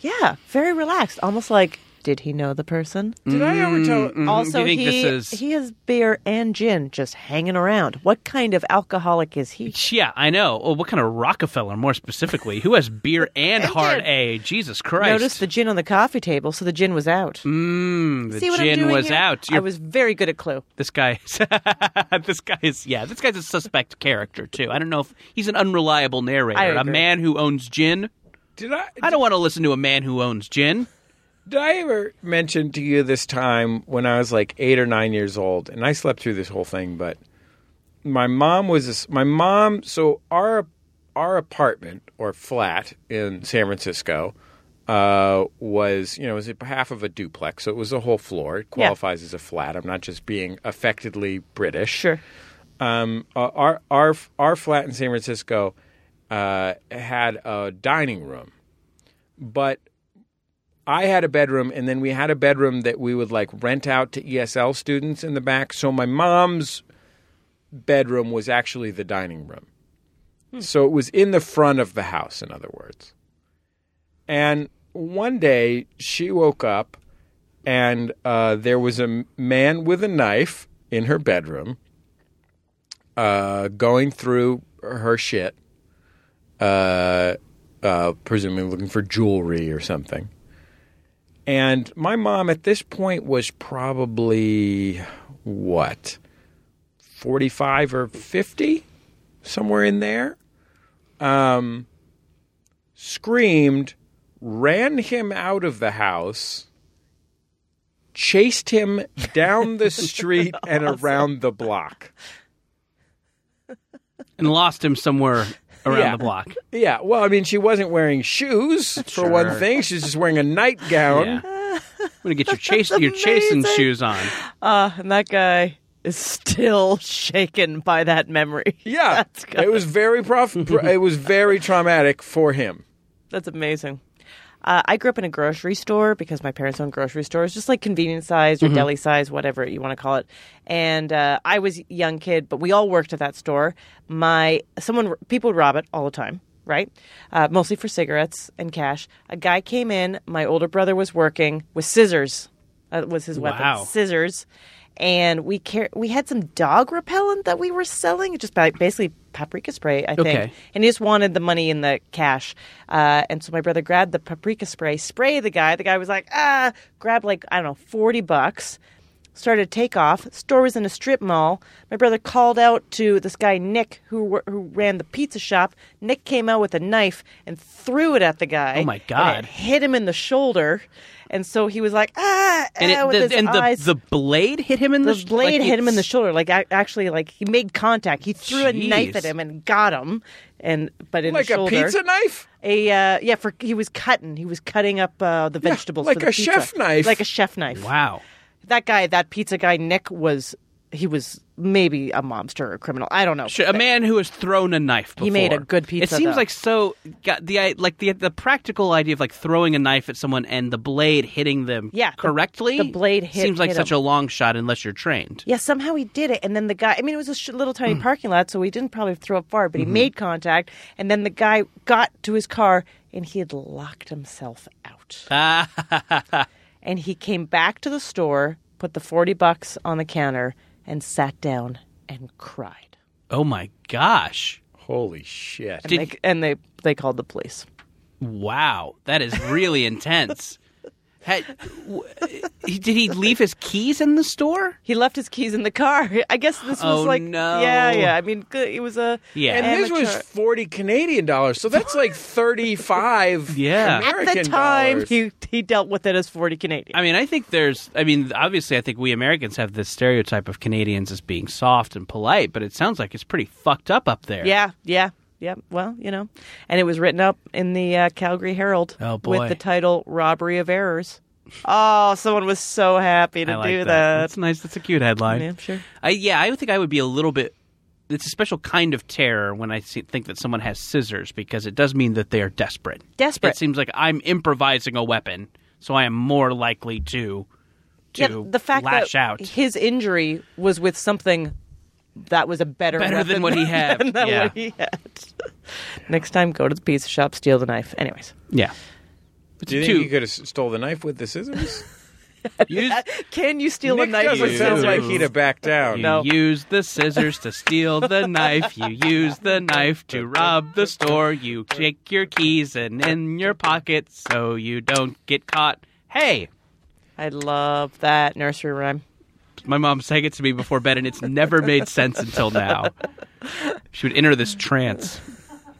S4: Yeah, very relaxed, almost like, Did he know the person?
S2: Did I ever tell?
S3: Mm, mm.
S4: Also,
S3: Do you think
S4: he,
S3: this is-
S4: he has beer and gin just hanging around. What kind of alcoholic is he?
S3: Yeah, I know. Oh, what kind of Rockefeller, more specifically? Who has beer and hard A? Jesus Christ!
S4: Notice the gin on the coffee table, so the gin was out.
S3: Mm, the
S4: See what I'm
S3: gin
S4: doing
S3: was
S4: here?
S3: out.
S4: I was very good at Clue.
S3: This guy, this guy is yeah. This guy's a suspect character too. I don't know if he's an unreliable narrator.
S2: I
S3: A
S2: agree.
S3: man who owns gin.
S2: Did I?
S3: I don't want to listen to a man who owns gin.
S2: Did I ever mention to you this time when I was like eight or nine years old, and I slept through this whole thing? But my mom was this, my mom. So our our apartment or flat in San Francisco uh, was you know it was half of a duplex, so it was a whole floor. It
S14: Yeah.
S2: qualifies as a flat. I'm not just being affectedly British.
S4: Sure.
S2: Um, uh, our our our flat in San Francisco uh, had a dining room, but I had a bedroom, and then we had a bedroom that we would like rent out to ESL students in the back. So my mom's bedroom was actually the dining room. So it was in the front of the house, in other words. And one day she woke up, and uh, there was a m- man with a knife in her bedroom uh, going through her shit, uh, uh, presumably looking for jewelry or something. And my mom at this point was probably what, 45 or 50, somewhere in there. Um, screamed, ran him out of the house, chased him down the street and around the block.
S3: and lost him somewhere around
S2: Yeah.
S3: the block.
S2: Yeah, well, I mean, she wasn't wearing shoes for one
S3: Sure.
S2: thing. She's just wearing a nightgown.
S3: I'm gonna get your chase your chasing shoes on.
S4: Ah, and that guy is still shaken by that memory.
S2: Yeah, it was very prof- pr- it was very traumatic for him.
S4: That's amazing. Uh, I grew up in a grocery store because my parents owned grocery stores, just like convenience size or
S14: Mhm.
S4: deli size, whatever you want to call it. And uh, I was a young kid, but we all worked at that store. My someone people would rob it all the time, right? Uh, mostly for cigarettes and cash. A guy came in. My older brother was working with scissors. Uh, was his weapon
S3: Wow.
S4: scissors, and we car- we had some dog repellent that we were selling, just ba- basically paprika spray, I think.
S3: Okay.
S4: And he just wanted the money in the cash, uh, and so my brother grabbed the paprika spray, sprayed the guy. The guy was like, ah, grabbed like I don't know, forty bucks. Started to take off. Store was in a strip mall. My brother called out to this guy Nick, who wor- who ran the pizza shop. Nick came out with a knife and threw it at the guy.
S3: Oh, my
S4: and it
S3: God.
S4: hit him in the shoulder, and so he was like, ah,
S3: And,
S4: ah,
S3: it,
S4: with his
S3: the, and the,
S4: eyes.
S3: the blade hit him in the,
S4: The
S3: sh-
S4: blade
S3: like,
S4: hit him in the
S3: it's-
S4: shoulder. Like ac- actually, like he made contact. He threw a knife at
S3: Jeez.
S4: him and got him. And but in
S2: Like
S4: the
S2: a
S4: shoulder,
S2: pizza
S4: knife. A uh, yeah, for he was cutting. He was cutting up uh, the vegetables. for
S2: like
S4: the
S2: a
S4: pizza.
S2: chef knife.
S4: Like a chef knife.
S3: Wow.
S4: That guy, that pizza guy, Nick was he was maybe a mobster or a criminal. I don't know.
S3: Sh- a man who has thrown a knife before.
S4: He made a good
S3: It
S4: pizza,
S3: seems
S4: though.
S3: like so got the i- like the the practical idea of like throwing a knife at someone and the blade hitting them
S4: Yeah, the-
S3: correctly.
S4: the blade hit-
S3: seems like
S4: hit
S3: such
S4: him.
S3: a long shot unless you're trained.
S4: Yeah, somehow he did it, and then the guy—I mean, it was a sh- little
S3: Hmm.
S4: tiny parking lot, so he didn't probably throw up far, but he
S3: Mhm.
S4: made contact, and then the guy got to his car, and he had locked himself out. and he came back to the store, put the forty bucks on the counter, and sat down and cried.
S3: Oh my gosh!
S2: Holy shit!
S4: And, they, and they they called the police.
S3: Wow, that is really intense. Had, w- he- did he leave his keys in the store?
S4: He left his keys in the car. I guess this was
S3: Oh,
S4: like
S3: no.
S4: yeah, yeah. I mean, good- it was a
S3: Yeah.
S2: And his was
S4: amateur-
S2: forty Canadian dollars, so that's like thirty-five. American
S4: at the time
S2: dollars.
S4: he he dealt with it as forty Canadian.
S3: I mean, I think there's. I mean, obviously, I think we Americans have this stereotype of Canadians as being soft and polite, but it sounds like it's pretty fucked up up there.
S4: Yeah, yeah, yeah. Well, you know, and it was written up in the uh, Calgary Herald
S3: Oh, boy.
S4: with the title "Robbery of Errors." Oh, someone was so happy to
S3: I like
S4: do
S3: that.
S4: that.
S3: That's nice. That's a cute headline.
S4: Yeah, sure.
S3: I, yeah, I would think I would be a little bit. It's a special kind of terror when I see, think that someone has scissors because it does mean that they are desperate.
S4: Desperate.
S3: It seems like I'm improvising a weapon, so I am more likely to to
S4: Yeah, the fact
S3: lash
S4: that
S3: out.
S4: his injury was with something that was a better
S3: Better than
S4: weapon
S3: what he had.
S4: than that
S3: Yeah.
S4: what he had. Next time, go to the pizza shop, steal the knife. Anyways,
S3: Yeah.
S2: Do you
S4: It's
S2: think
S4: two.
S2: he could have stole the knife with the scissors?
S4: can you steal
S2: Nick
S4: a knife?
S2: doesn't
S4: with
S2: sound
S4: scissors?
S2: like he'd have backed down.
S3: You use the scissors to steal the knife. You use the knife to rob the store. You take your keys and in your pocket so you don't get caught. Hey,
S4: I love that nursery rhyme.
S3: my mom sang it to me before bed, and it's never made sense until now. She would enter this trance.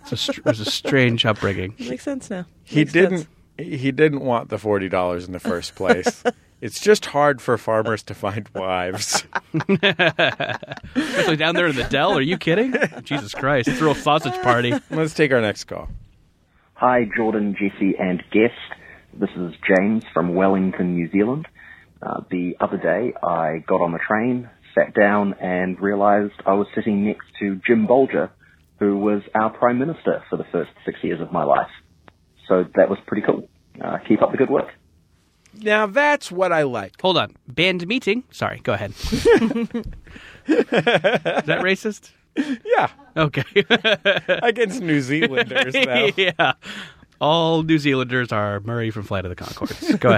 S3: It's a str- It was a strange upbringing.
S4: Makes sense now.
S2: He
S4: Makes
S2: didn't.
S4: sense.
S2: He didn't want the forty dollars in the first place. it's just hard for farmers to find wives.
S3: Especially down there in the Dell. Are you kidding? Jesus Christ! Throw a sausage party.
S2: Let's take our next call.
S15: Hi, Jordan, Jesse, and guest. This is James from Wellington, New Zealand. Uh, the other day, I got on the train, sat down, and realised I was sitting next to Jim Bolger, who was our Prime Minister for the first six years of my life. So that was pretty cool. Uh, keep up the good work.
S2: Now that's what I like.
S3: Hold on, band meeting. Sorry, go ahead. Is that racist?
S2: Yeah.
S3: Okay.
S2: Against New Zealanders, though.
S3: yeah. All New Zealanders are Murray from Flight of the Concords. Go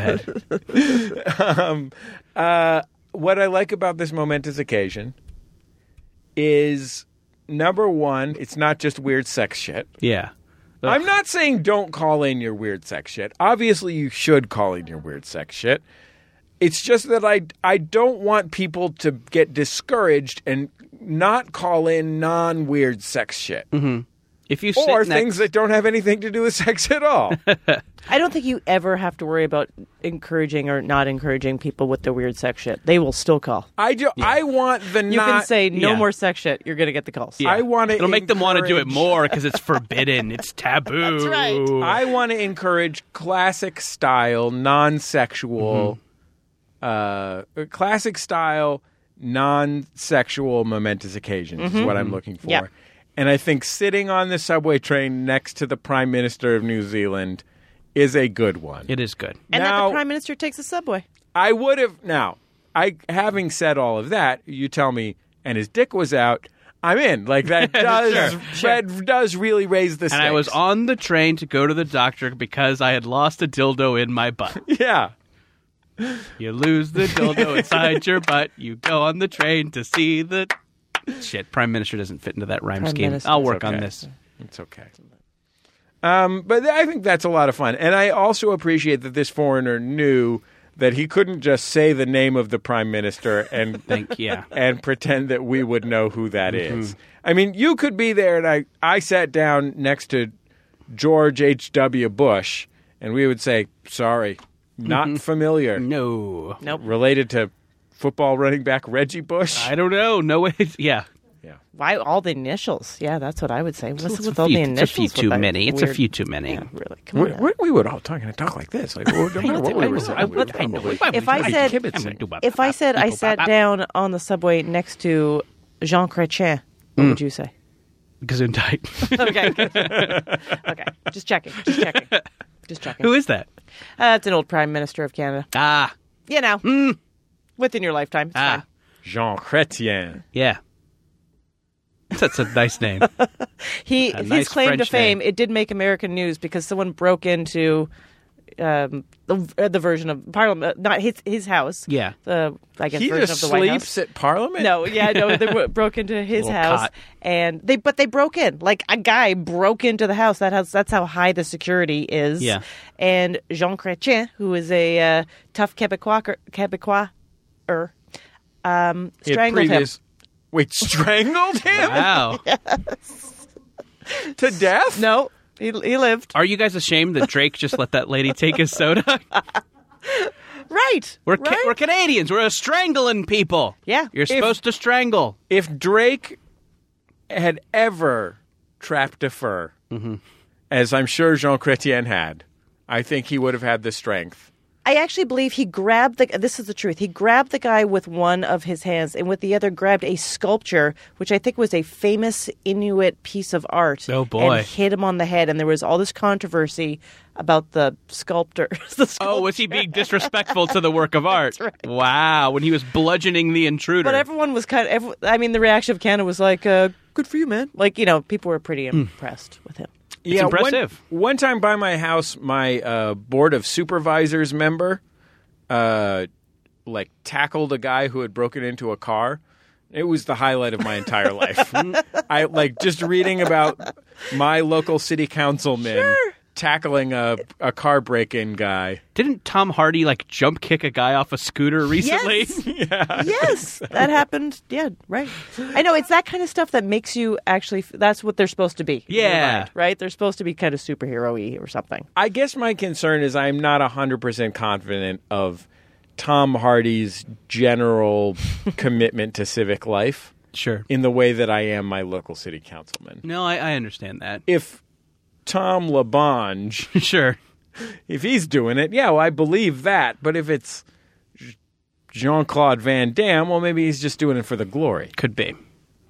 S3: ahead.
S2: um, uh, what I like about this momentous occasion is number one, it's not just weird sex shit.
S3: Yeah.
S2: I'm not saying don't call in your weird sex shit. Obviously, you should call in your weird sex shit. It's just that I I don't want people to get discouraged and not call in non weird sex shit.
S3: Mm-hmm. If you sit
S2: or
S3: next-
S2: things that don't have anything to do with sex at all.
S4: I don't think you ever have to worry about encouraging or not encouraging people with their weird sex shit. They will still call.
S2: I do. I want the
S4: You can
S2: not-
S4: say no
S3: Yeah.
S4: more sex shit. You're gonna get the calls.
S2: I want to.
S3: It'll make them want to do it more because it's forbidden. It's taboo. That's right.
S2: I want to encourage classic style, non-sexual,
S3: Mm-hmm.
S2: uh, classic style, non-sexual momentous occasions is
S3: Mhm.
S2: what I'm
S3: Mhm.
S2: looking for.
S3: Yeah.
S2: And I think sitting on the subway train next to the Prime Minister of New Zealand is a good one.
S3: It is good.
S4: And
S2: now,
S4: that the prime minister takes the subway.
S2: I would have now. I having said all of that, you tell me, and his dick was out. I'm in. Like that does that does really raise the.
S3: And I was on the train to go to the doctor because I had lost a dildo in my butt.
S2: yeah.
S3: You lose the dildo inside your butt. You go on the train to see the shit. Prime Minister doesn't fit into that rhyme
S2: Prime
S3: scheme.
S2: Minister.
S3: I'll
S2: It's
S3: work on
S2: okay.
S3: this.
S2: It's okay. Um, but I think that's a lot of fun, and I also appreciate that this foreigner knew that he couldn't just say the name of the prime minister and
S3: Think, yeah.
S2: and pretend that we would know who that is.
S3: Mhm.
S2: I mean, you could be there, and I I sat down next to George H. W. Bush, and we would say, "Sorry, not
S3: Mhm.
S2: familiar."
S3: No,
S4: nope.
S2: Related to football running back Reggie Bush.
S3: I don't know. No way. Yeah.
S4: Why all the initials? Yeah, that's what I would say. What's
S3: It's
S4: with
S3: a
S4: all
S3: few,
S4: the
S3: it's a
S4: initials?
S3: few
S4: with
S3: too
S4: that
S3: many. It's a
S4: weird-
S3: few too many.
S4: Yeah, really. Come
S2: We,
S4: on.
S2: we, we were all talking and talk like this. Like, no matter what we were saying, we were probably-
S4: if I said, if I said I sat down on the subway next to Jean Chrétien, what
S3: Mm.
S4: would you say?
S3: Gesundheit.
S4: okay. okay. Just checking. Just checking. Just checking.
S3: Who is that?
S4: Uh, it's an old Prime Minister of Canada.
S3: Ah.
S4: You know,
S2: Mm.
S4: within your lifetime. It's
S2: Ah,
S4: fine.
S2: Jean Chrétien.
S3: Yeah. That's a nice name.
S4: He
S3: A
S4: his
S3: nice
S4: claim to
S3: French
S4: fame.
S3: name.
S4: It did make American news because someone broke into um, the, uh, the version of Parliament, uh, not his his house.
S3: Yeah.
S4: the I guess
S2: He
S4: version
S2: just
S4: of the White House.
S2: sleeps at Parliament?
S4: No, yeah, no, they w- broke into his
S2: Little
S4: house,
S2: cot.
S4: and they but they broke in like a guy broke into the house. That house, that's how high the security is.
S3: Yeah.
S4: and Jean Chrétien, who is a uh, tough Quebecois, Quebecois, um,
S2: He had
S4: strangled him.
S2: previous- Wait, strangled him?
S3: Wow.
S2: to death?
S4: No, he, he lived.
S3: Are you guys ashamed that Drake just let that lady take his soda?
S4: Right.
S3: We're ca- we're Canadians. We're strangling people.
S4: Yeah.
S3: You're supposed to strangle.
S2: If Drake had ever trapped a fur,
S4: Mm-hmm.
S2: as I'm sure Jean Chrétien had, I think he would have had the strength.
S4: I actually believe he grabbed the. This is the truth. He grabbed the guy with one of his hands, and with the other grabbed a sculpture, which I think was a famous Inuit piece of art.
S3: Oh, boy.
S4: And hit him on the head, and there was all this controversy about the sculptor. the sculptor.
S3: Oh, was he being disrespectful to the work of art? Wow, when he was bludgeoning the intruder.
S4: But everyone was kind of. Every, I mean, the reaction of Canada was like, uh, "Good for you, man." Like you know, people were pretty
S3: Hmm.
S4: impressed with him.
S3: It's
S2: one-
S3: impressive.
S2: One, time by my house, my uh, board of supervisors member uh, like tackled a guy who had broken into a car. It was the highlight of my entire life. I like just reading about my local city councilman tackling a, a car break in guy.
S3: Didn't Tom Hardy like jump kick a guy off a scooter recently?
S4: Yes. yes, that happened. Yeah, right. I know it's that kind of stuff that makes you actually. That's what they're supposed to be. in your
S3: Yeah.
S4: mind, right. They're supposed to be kind of superhero-y or something.
S2: I guess my concern is I'm not 100% confident of Tom Hardy's general commitment to civic life.
S3: Sure.
S2: In the way that I am my local city councilman.
S3: No, I, I understand that.
S2: If Tom Labange,
S3: sure,
S2: if he's doing it, yeah, well, I believe that. But if it's Jean Claude Van Damme, well, maybe he's just doing it for the glory.
S3: Could be.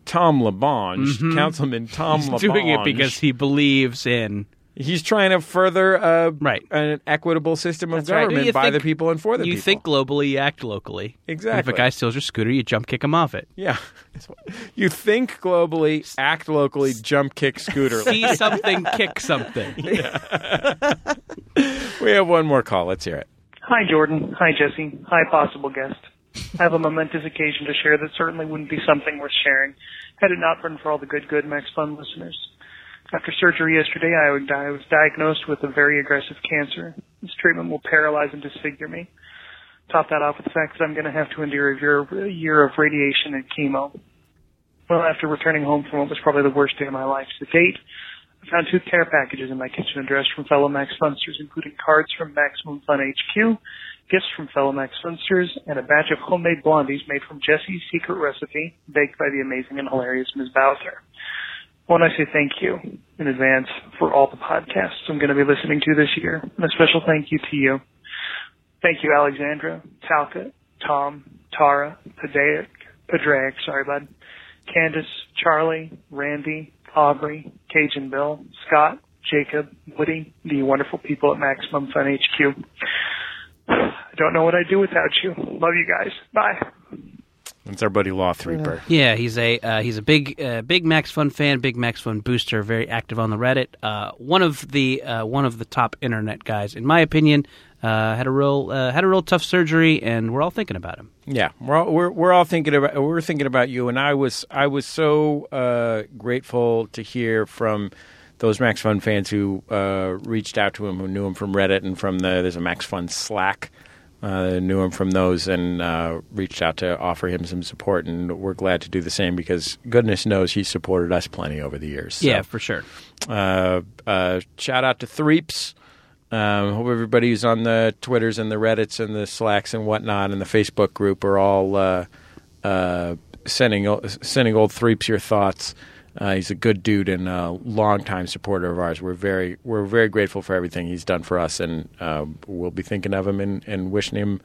S2: Tom Labange,
S3: Mhm.
S2: Councilman Tom
S3: He's
S2: Labange,
S3: doing it because he believes in.
S2: he's trying to further uh, right. an equitable system of
S3: That's right.
S2: government
S3: You
S2: by the
S3: think-
S2: people and for the
S3: you
S2: people.
S3: think globally, you act locally. And
S2: Exactly.
S3: if a guy steals your scooter, you jump kick him off it.
S2: Yeah. You think globally, act locally, jump kick scooter.
S3: See something, kick something.
S2: we have one more call. Let's hear it.
S14: Hi, Jordan. Hi, Jesse. Hi, possible guest. I have a momentous occasion to share that certainly wouldn't be something worth sharing had it not been for all the good, good Max Fun listeners. After surgery yesterday, I would- I was diagnosed with a very aggressive cancer. This treatment will paralyze and disfigure me. Top that off with the fact that I'm going to have to endure a year, a year of radiation and chemo. Well, after returning home from what was probably the worst day of my life to date, I found two care packages in my kitchen address from fellow Max Funsters, including cards from Maximum Fun HQ, gifts from fellow Max Funsters, and a batch of homemade blondies made from Jesse's secret recipe, baked by the amazing and hilarious Ms. Bowser. I want to say thank you in advance for all the podcasts I'm going to be listening to this year, and a special thank you to you. Thank you, Alexandra, Talcott, Tom, Tara, Padaic, Padraic, sorry bud, Candace, Charlie, Randy, Aubrey, Cajun Bill, Scott, Jacob, Woody, the wonderful people at Maximum Fun HQ. I don't know what I'd do without you. Love you guys. Bye.
S2: That's our buddy Law Threeper.
S3: Yeah, he's a uh, he's a big uh, big Max Fun fan, big Max Fun booster, very active on the Reddit. Uh, one of the uh, one of the top internet guys, in my opinion. Uh, had a real uh, had a real tough surgery, and we're all thinking about him.
S2: Yeah, we're all, we're we're all thinking about we're thinking about you, and I was I was so uh, grateful to hear from those Max Fun fans who uh, reached out to him, who knew him from Reddit and from the there's a Max Fun Slack, uh, knew him from those and uh, reached out to offer him some support, and we're glad to do the same because goodness knows he supported us plenty over the years. So,
S3: Yeah, for sure.
S2: Uh, uh, shout out to Threeps. Um, hope everybody who's on the Twitters and the Reddits and the Slacks and whatnot and the Facebook group are all uh, uh, sending o- sending old Threeps your thoughts. Uh, he's a good dude and a longtime supporter of ours. We're very we're very grateful for everything he's done for us, and uh, we'll be thinking of him and, and wishing him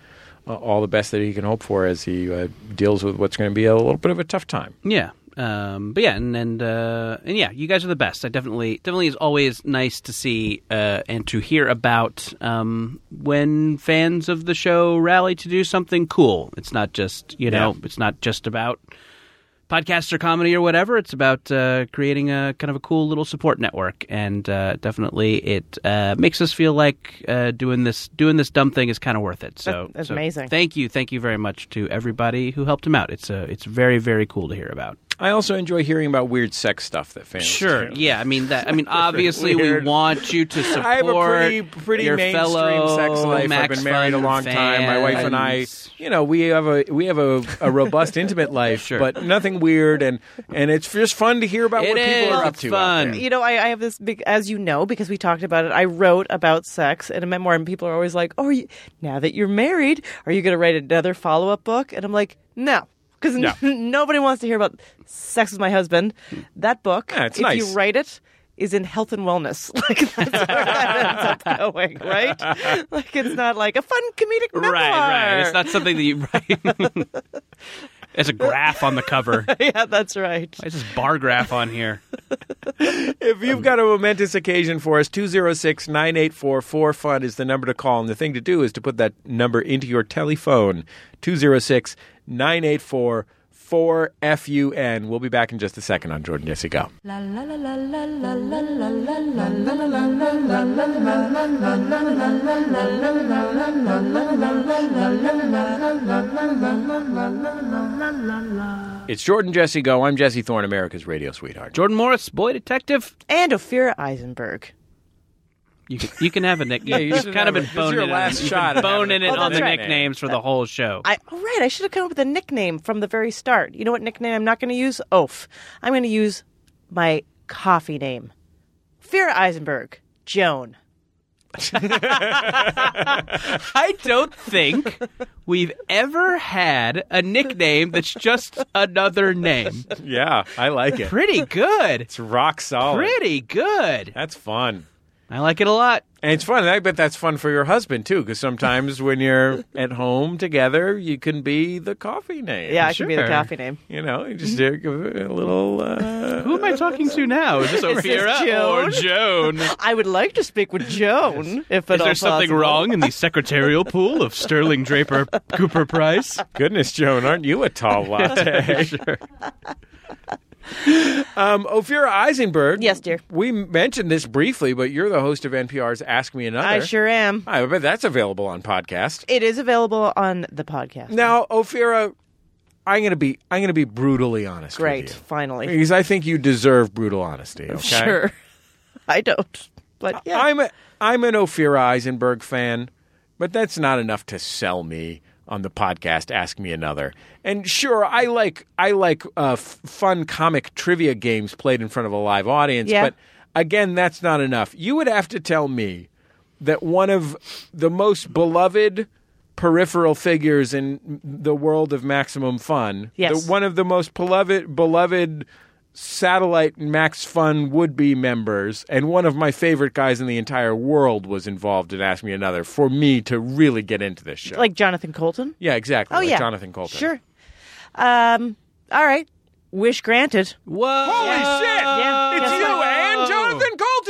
S2: uh, all the best that he can hope for as he uh, deals with what's going to be a little bit of a tough time.
S3: Yeah. Um, but yeah, and and, uh, and yeah, you guys are the best. I definitely definitely is always nice to see uh, and to hear about um, when fans of the show rally to do something cool. It's not just you know,
S16: Yeah.
S3: it's not just about podcasts or comedy or whatever. It's about uh, creating a kind of a cool little support network, and uh, definitely it uh, makes us feel like uh, doing this doing this dumb thing is kind of worth it. So
S4: That- that's
S3: so
S4: amazing.
S3: Thank you, thank you very much to everybody who helped him out. It's uh, it's very very cool to hear about.
S2: I also enjoy hearing about weird sex stuff that fans
S3: Sure. Yeah. I mean that. I mean, obviously,
S2: Weird.
S3: we want you to support
S2: I have a pretty pretty
S3: your
S2: mainstream
S3: fellow
S2: sex life. I've
S3: Max
S2: been married a
S3: Fun
S2: long time. My wife and I,
S3: fans.
S2: you know, we have a we have a, a robust intimate life, but nothing weird, and and it's just fun to hear about what people are up to. out there.
S4: You know, I, I have this big, as you know, because we talked about it. I wrote about sex in a memoir, and people are always like, "Oh, are you, now that you're married, are you going to write another follow up book?" And I'm like, "No." Because
S2: No.
S4: nobody wants to hear about sex with my husband. That book,
S2: Yeah, it's
S4: if
S2: nice.
S4: you write it, is in health and wellness. Like that's where that ends up going, right? Like it's not like a fun comedic memoir.
S3: Right. Right. It's not something that you write. It's a graph on the cover.
S4: yeah, that's right.
S3: Why is this bar graph on here?
S2: if you've got a momentous occasion for us, 206 984 4FUN is the number to call. And the thing to do is to put that number into your telephone 206 984 4FUN. We'll be back in just a second on Jordan Jesse Go.
S1: La la la la la la la la la la la la la la la la
S2: It's Jordan Jesse Go. I'm Jesse Thorne, America's radio sweetheart.
S3: Jordan Morris, boy detective,
S4: and Ophira Eisenberg.
S3: You can, you can have a nickname.
S4: Yeah, you
S3: You've
S4: should
S3: kind of been
S4: have a- this is
S3: boning
S4: your
S3: it
S4: last
S3: on, you've
S4: shot
S3: been
S4: at having
S3: boning
S4: a
S3: it
S4: cool
S3: on the
S4: nickname.
S3: nicknames for the whole show.
S4: I oh, right. I should have come up with a nickname from the very start. You know what nickname I'm not going to use? Oaf. I'm going to use my coffee name, Vera Eisenberg, Joan.
S3: I don't think we've ever had a nickname that's just another name.
S2: Yeah, I like it.
S3: Pretty good.
S2: It's rock solid.
S3: Pretty good.
S2: That's fun.
S3: I like it a lot.
S2: And it's fun. And I bet that's fun for your husband, too, because sometimes when you're at home together, you can be the coffee name.
S4: Yeah, I should be the
S2: Sure.
S4: coffee name.
S2: You know, you just do a little. Uh,
S3: Who am I talking to now? Is this Ophira or Joan?
S4: I would like to speak with Joan,
S3: Is
S4: if at all
S3: there something
S4: possible.
S3: wrong in the secretarial pool of Sterling Draper Cooper Price?
S2: Goodness, Joan, aren't you a tall latte?
S3: sure.
S2: Um, Ophira Eisenberg.
S4: Yes, dear.
S2: We mentioned this briefly, but you're the host of NPR's Ask Me Another.
S4: I sure am.
S2: I bet that's available on podcast.
S4: It is available on the podcast.
S2: Now, Ophira, I'm gonna be I'm gonna be brutally honest.
S4: Great,
S2: with you.
S4: finally.
S2: because I think you deserve brutal honesty. Okay?
S4: Sure. I don't. But yeah.
S2: I'm a, I'm an Ophira Eisenberg fan, but that's not enough to sell me on the podcast. Ask me another. And sure, I like I like uh, f- fun comic trivia games played in front of a live audience.
S16: Yeah.
S2: But again, that's not enough. You would have to tell me that one of the most beloved peripheral figures in the world of maximum fun,
S16: Yes.
S2: the, one of the most beloved beloved satellite Max Fun would be members, and one of my favorite guys in the entire world was involved in Ask Me Another for me to really get into this show.
S4: like Jonathan Colton.
S2: yeah, exactly.
S4: Oh
S2: like
S4: yeah,
S2: Jonathan Colton.
S4: Sure. Um. All right. Wish granted.
S3: Whoa!
S2: Holy shit!
S4: Yeah. Oh.
S2: It's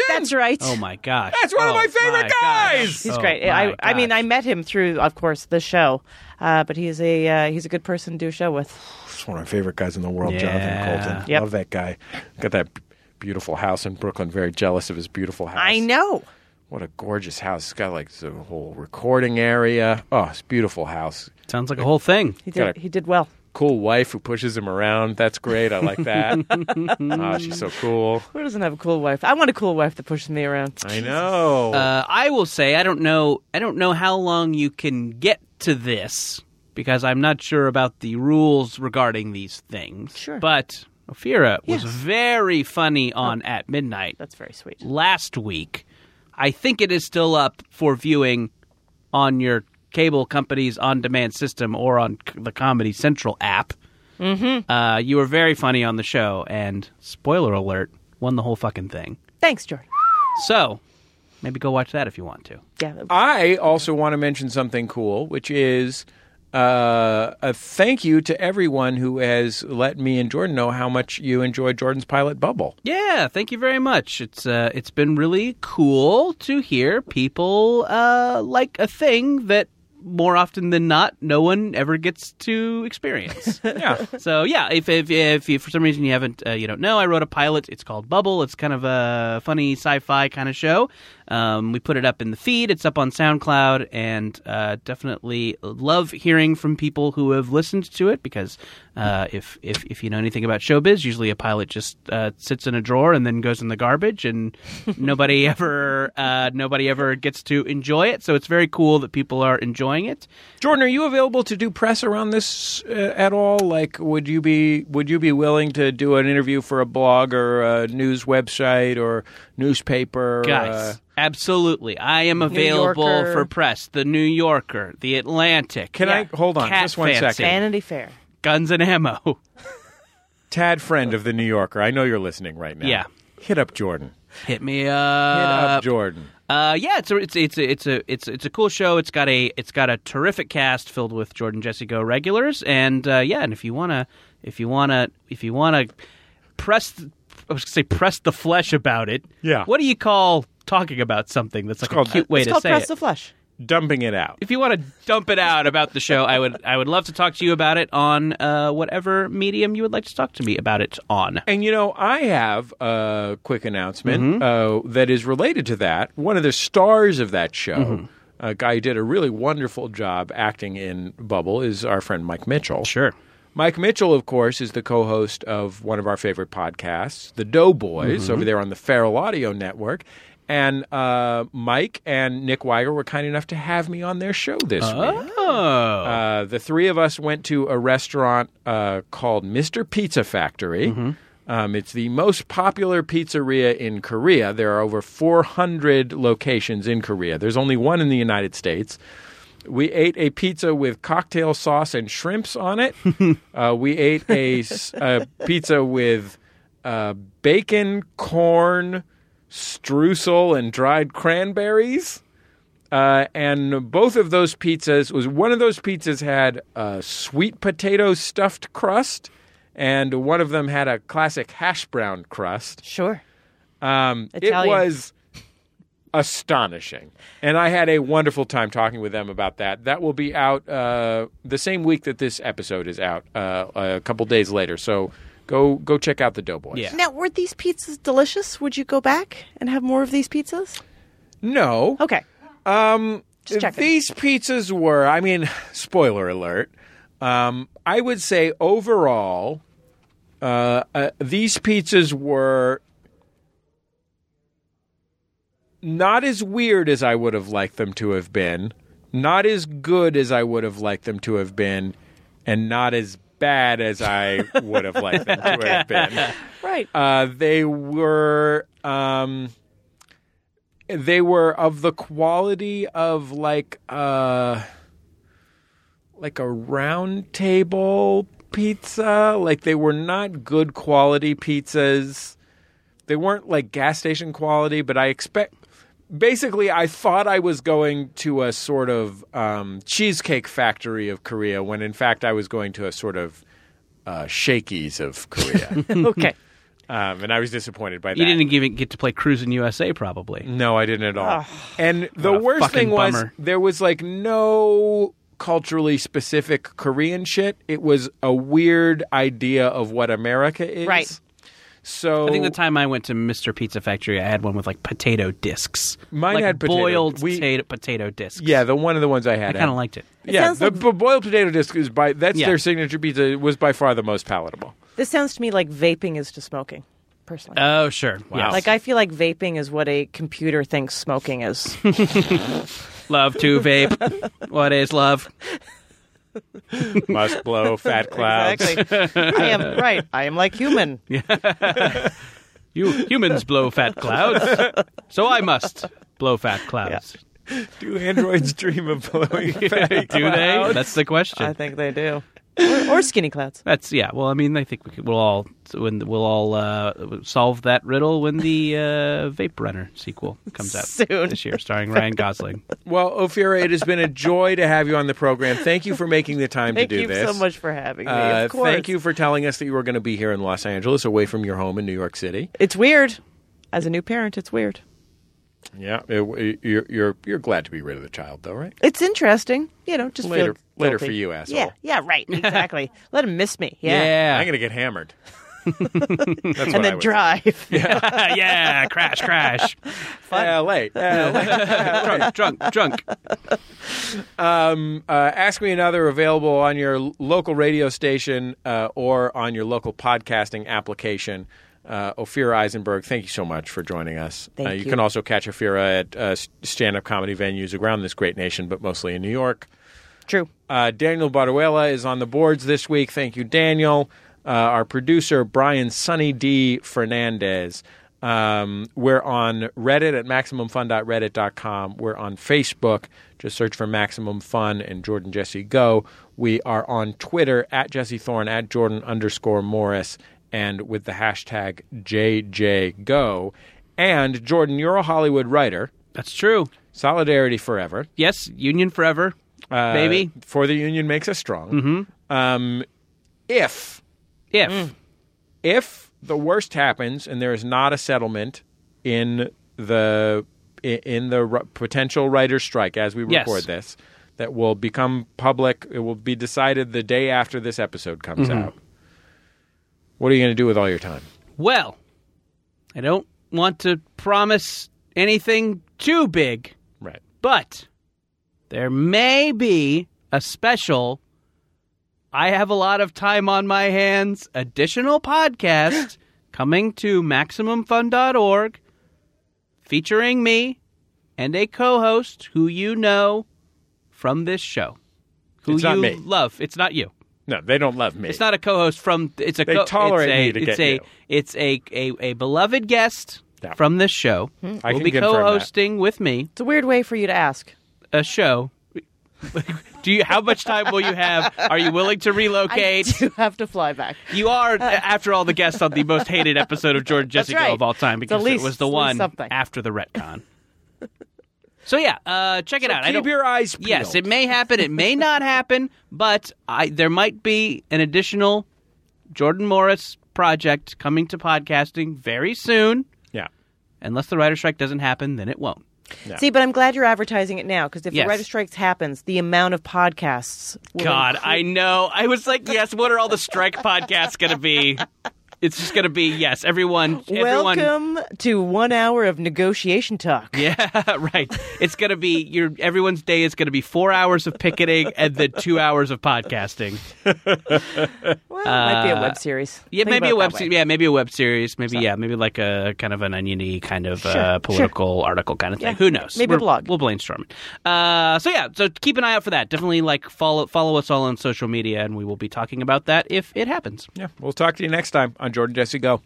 S4: That's right.
S3: Oh my gosh.
S2: That's one of my favorite guys.
S3: Oh,
S4: He's great. I, I mean, I met him through, of course, the show, uh, but he's a uh, he's a good person to do a show with.
S2: He's one of my favorite guys in the world,
S4: Yeah.
S2: Jonathan Colton.
S4: Yep.
S2: Love that guy. Got that b- beautiful house in Brooklyn. Very jealous of his beautiful house.
S4: I know.
S2: What a gorgeous house. It's got like the whole recording area. Oh, it's a beautiful house.
S3: Sounds like a whole thing.
S4: He did. he did well.
S2: Cool wife who pushes him around. That's great. I like that. oh, she's so cool.
S4: Who doesn't have a cool wife? I want a cool wife that pushes me around.
S2: I know.
S3: Uh, I will say I don't know. I don't know how long you can get to this because I'm not sure about the rules regarding these things. Sure, Oh. but Ophira was very funny on at midnight.
S4: That's very sweet.
S3: Last week, I think it is still up for viewing on your cable company's on-demand system or on c- the Comedy Central app.
S4: Mm-hmm.
S3: Uh, you were very funny on the show, and spoiler alert, won the whole fucking thing.
S4: Thanks, Jordan.
S3: So maybe go watch that if you want to.
S4: Yeah.
S2: I also want to mention something cool, which is uh, a thank you to everyone who has let me and Jordan know how much you enjoy Jordan's Pilot Bubble.
S3: Yeah, thank you very much. It's uh, it's been really cool to hear people uh, like a thing that more often than not no one ever gets to experience.
S2: yeah.
S3: So yeah, if if, if you, for some reason you haven't uh, you don't know, I wrote a pilot. It's called Bubble. It's kind of a funny sci-fi kind of show. Um, we put it up in the feed. It's up on SoundCloud, and uh, definitely love hearing from people who have listened to it because uh, if if if you know anything about showbiz, usually a pilot just uh, sits in a drawer and then goes in the garbage, and nobody ever uh, nobody ever gets to enjoy it. So it's very cool that people are enjoying it.
S2: Jordan, are you available to do press around this uh, at all? Like, would you be would you be willing to do an interview for a blog or a news website or newspaper?
S3: Guys,
S2: uh,
S3: absolutely. I am available
S2: Yorker.
S3: for press. The New Yorker, The Atlantic.
S2: Can I- hold on,
S3: Cat
S2: just one
S3: Fancy,
S2: second.
S4: Vanity Fair.
S3: Guns and Ammo.
S2: Tad friend of the New Yorker. I know you're listening right now.
S3: Yeah.
S2: hit up Jordan.
S3: Hit me
S2: Hit
S3: up.
S2: up Jordan.
S3: Uh, yeah, it's a, it's it's a, it's a it's it's a cool show. It's got a it's got a terrific cast filled with Jordan Jesse Go regulars, and uh, yeah, and if you wanna if you wanna if you wanna press th- I was gonna say press the flesh about it.
S2: Yeah.
S3: What do you call talking about something that's like a cute way
S4: it's
S3: to
S4: called
S3: say
S4: Press
S3: it?
S4: the Flush.
S2: Dumping it out.
S3: if you want to dump it out about the show, I would I would love to talk to you about it on uh, whatever medium you would like to talk to me about it on.
S2: And you know, I have a quick announcement uh, that is related to that. One of the stars of that show, a guy who did a really wonderful job acting in Bubble, is our friend Mike Mitchell.
S3: Sure.
S2: Mike Mitchell, of course, is the co host of one of our favorite podcasts, The Doughboys,
S12: Mhm.
S2: over there on the Feral Audio Network. And uh, Mike and Nick Weiger were kind enough to have me on their show this week. Uh, the three of us went to a restaurant uh, called Mr. Pizza Factory. Um, it's the most popular pizzeria in Korea. There are over 400 locations in Korea. There's only one in the United States. We ate a pizza with cocktail sauce and shrimps on it. uh, we ate a, s- a pizza with uh, bacon, corn, streusel, and dried cranberries. Uh, and both of those pizzas was one of those pizzas had a sweet potato stuffed crust, and one of them had a classic hash brown crust.
S4: Sure.
S2: Um, it
S4: Italian.
S2: was astonishing, and I had a wonderful time talking with them about that. That will be out uh, the same week that this episode is out, uh, a couple days later. So go go check out the Doughboys.
S4: Now, were these pizzas delicious? Would you go back and have more of these pizzas?
S2: No.
S4: Okay.
S2: Um,
S4: Just checking.
S2: These pizzas were, I mean, spoiler alert. Um, I would say overall, uh, uh, these pizzas were not as weird as I would have liked them to have been, not as good as I would have liked them to have been, and not as bad as I would have liked them to have been.
S4: Right.
S2: Uh, they were um, they were of the quality of like uh, like a round table pizza. Like they were not good quality pizzas. They weren't like gas station quality, but I expect. Basically, I thought I was going to a sort of um, cheesecake factory of Korea, when in fact I was going to a sort of uh, shakies of Korea.
S4: okay.
S2: Um, and I was disappointed by that.
S3: You didn't even get to play Cruising USA, probably.
S2: No, I didn't at all.
S3: Ugh.
S2: and the
S3: What a
S2: worst
S3: fucking
S2: thing was
S3: bummer.
S2: there was like no culturally specific Korean shit. It was a weird idea of what America is.
S3: Right.
S2: So
S3: I think the time I went to Mr. Pizza Factory, I had one with like potato discs.
S2: Mine
S3: like
S2: had potato-
S3: boiled
S2: we-
S3: potato, potato discs.
S2: Yeah, the one of the ones I had.
S3: I kinda
S2: had-
S3: liked it. It
S2: Yeah,
S4: sounds
S2: the b- boiled potato disc is by that's
S4: Yeah.
S2: their signature pizza was by far the most palatable.
S4: This sounds to me like vaping is to smoking, personally.
S3: Oh sure,
S2: Wow.
S4: Like I feel like vaping is what a computer thinks smoking is.
S3: love to vape. what is love?
S2: Must blow fat clouds.
S4: Exactly. I am right. I am like human.
S3: You humans blow fat clouds, so I must blow fat clouds.
S2: Do androids dream of blowing fat
S3: do they?
S2: clouds?
S3: That's the question.
S4: I think they do. Or, or skinny clouds.
S3: That's yeah. Well, I mean, I think we could, we'll all when we'll all uh, solve that riddle when the uh, Vape Runner sequel comes out
S2: Soon.
S3: this year, starring Ryan Gosling.
S2: Well, Ophira, it has been a joy to have you on the program. Thank you for making the time
S4: Thank
S2: to do
S4: you
S2: this.
S4: so much for having me.
S2: Uh,
S4: of course.
S2: Thank you for telling us that you were going to be here in Los Angeles, away from your home in New York City.
S4: It's weird. As a new parent, it's weird.
S2: Yeah, it- you're you're you're glad to be rid of the child, though, right?
S4: It's interesting. You know, just feel
S2: Later- later
S4: guilty.
S2: for you, asshole.
S4: Yeah, yeah, right. Exactly. Let him miss me. Yeah.
S2: I'm going to get hammered. That's what
S4: and
S2: I
S4: then
S2: would
S4: drive.
S3: Yeah. yeah, crash, crash.
S2: L.A. LA.
S3: drunk, drunk, drunk.
S2: Um, uh, Ask Me Another available on your l- local radio station uh, or on your local podcasting application. Uh, Ophira Eisenberg, thank you so much for joining us.
S16: Thank
S2: uh, you,
S16: you.
S2: can also catch Ophira at uh, s- stand-up comedy venues around this great nation, but mostly in New York.
S4: True.
S2: Uh, Daniel Baruela is on the boards this week. Thank you, Daniel. Uh, our producer, Brian Sunny D. Fernandez. Um, we're on Reddit at MaximumFun.reddit.com. We're on Facebook. Just search for Maximum Fun and Jordan Jesse Go. We are on Twitter at Jesse Thorne, at Jordan underscore Morris, and with the hashtag JJGo. And Jordan, you're a Hollywood writer.
S3: That's true.
S2: Solidarity forever.
S3: Yes, union forever,
S2: uh,
S3: baby.
S2: For the union makes us strong.
S3: Mm-hmm.
S2: Um, if,
S3: if,
S2: mm. if the worst happens and there is not a settlement in the i- in the r- potential writers' strike as we
S3: Yes.
S2: record this, that will become public. It will be decided the day after this episode comes
S3: Mhm.
S2: out. What are you going to do with all your time?
S3: Well, I don't want to promise anything too big.
S2: Right.
S3: But there may be a special I have a lot of time on my hands additional podcast coming to maximumfun.org featuring me and a co-host who you know from this show. Who
S2: It's not
S3: you
S2: me.
S3: love. It's not you.
S2: No, they don't love me.
S3: It's not a co-host from. It's a.
S2: They
S3: co-
S2: tolerate
S3: it's a,
S2: me to
S3: it's
S2: get
S3: a,
S2: you.
S3: It's a a, a beloved guest from this show.
S4: Hmm.
S2: I
S3: will
S2: can
S3: be
S2: confirm that.
S3: co-hosting with me
S4: It's a weird way for you to ask.
S3: a show. Do you? How much time will you have? Are you willing to relocate?
S4: I do have to fly back.
S3: You are, after all, the guest on the most hated episode of Jordan
S4: That's
S3: Jesse
S4: right.
S3: Go of all time
S4: It's at
S3: because
S4: least-
S3: it was the
S4: at least
S3: one
S4: something.
S3: after the retcon. So yeah, uh, check it
S2: So
S3: out. I
S2: keep
S3: don't,
S2: your eyes peeled.
S3: Yes, it may happen. It may not happen, but I, there might be an additional Jordan Morris project coming to podcasting very soon.
S2: Yeah.
S3: Unless the writer strike doesn't happen, then it won't.
S4: See, but I'm glad you're advertising it now because if
S3: Yes.
S4: the writer strikes happens, the amount of podcasts. Will
S3: God, I know. I was like, yes. What are all the strike podcasts going to be? It's just going to be yes. Everyone, everyone.
S4: Welcome to one hour of negotiation talk.
S3: Yeah, right. It's gonna be your everyone's day is gonna be four hours of picketing and then two hours of podcasting.
S4: Well, it might be a web series.
S3: Uh, Yeah,
S4: Think
S3: maybe a
S4: about it
S3: web
S4: that
S3: series.
S4: way.
S3: Yeah, maybe a web series. Maybe yeah, maybe like a kind of an oniony kind of uh, political article kind of thing. Who knows?
S4: Maybe a blog.
S3: We'll brainstorm it. Uh, so yeah, so keep an eye out for that. Definitely like follow follow us all on social media, and we will be talking about that if it happens.
S2: Yeah, we'll talk to you next time on Jordan Jesse Go.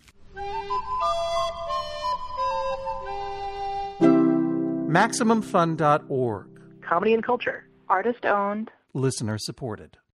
S7: MaximumFun.org.
S17: Comedy and culture. Artist owned.
S7: Listener supported.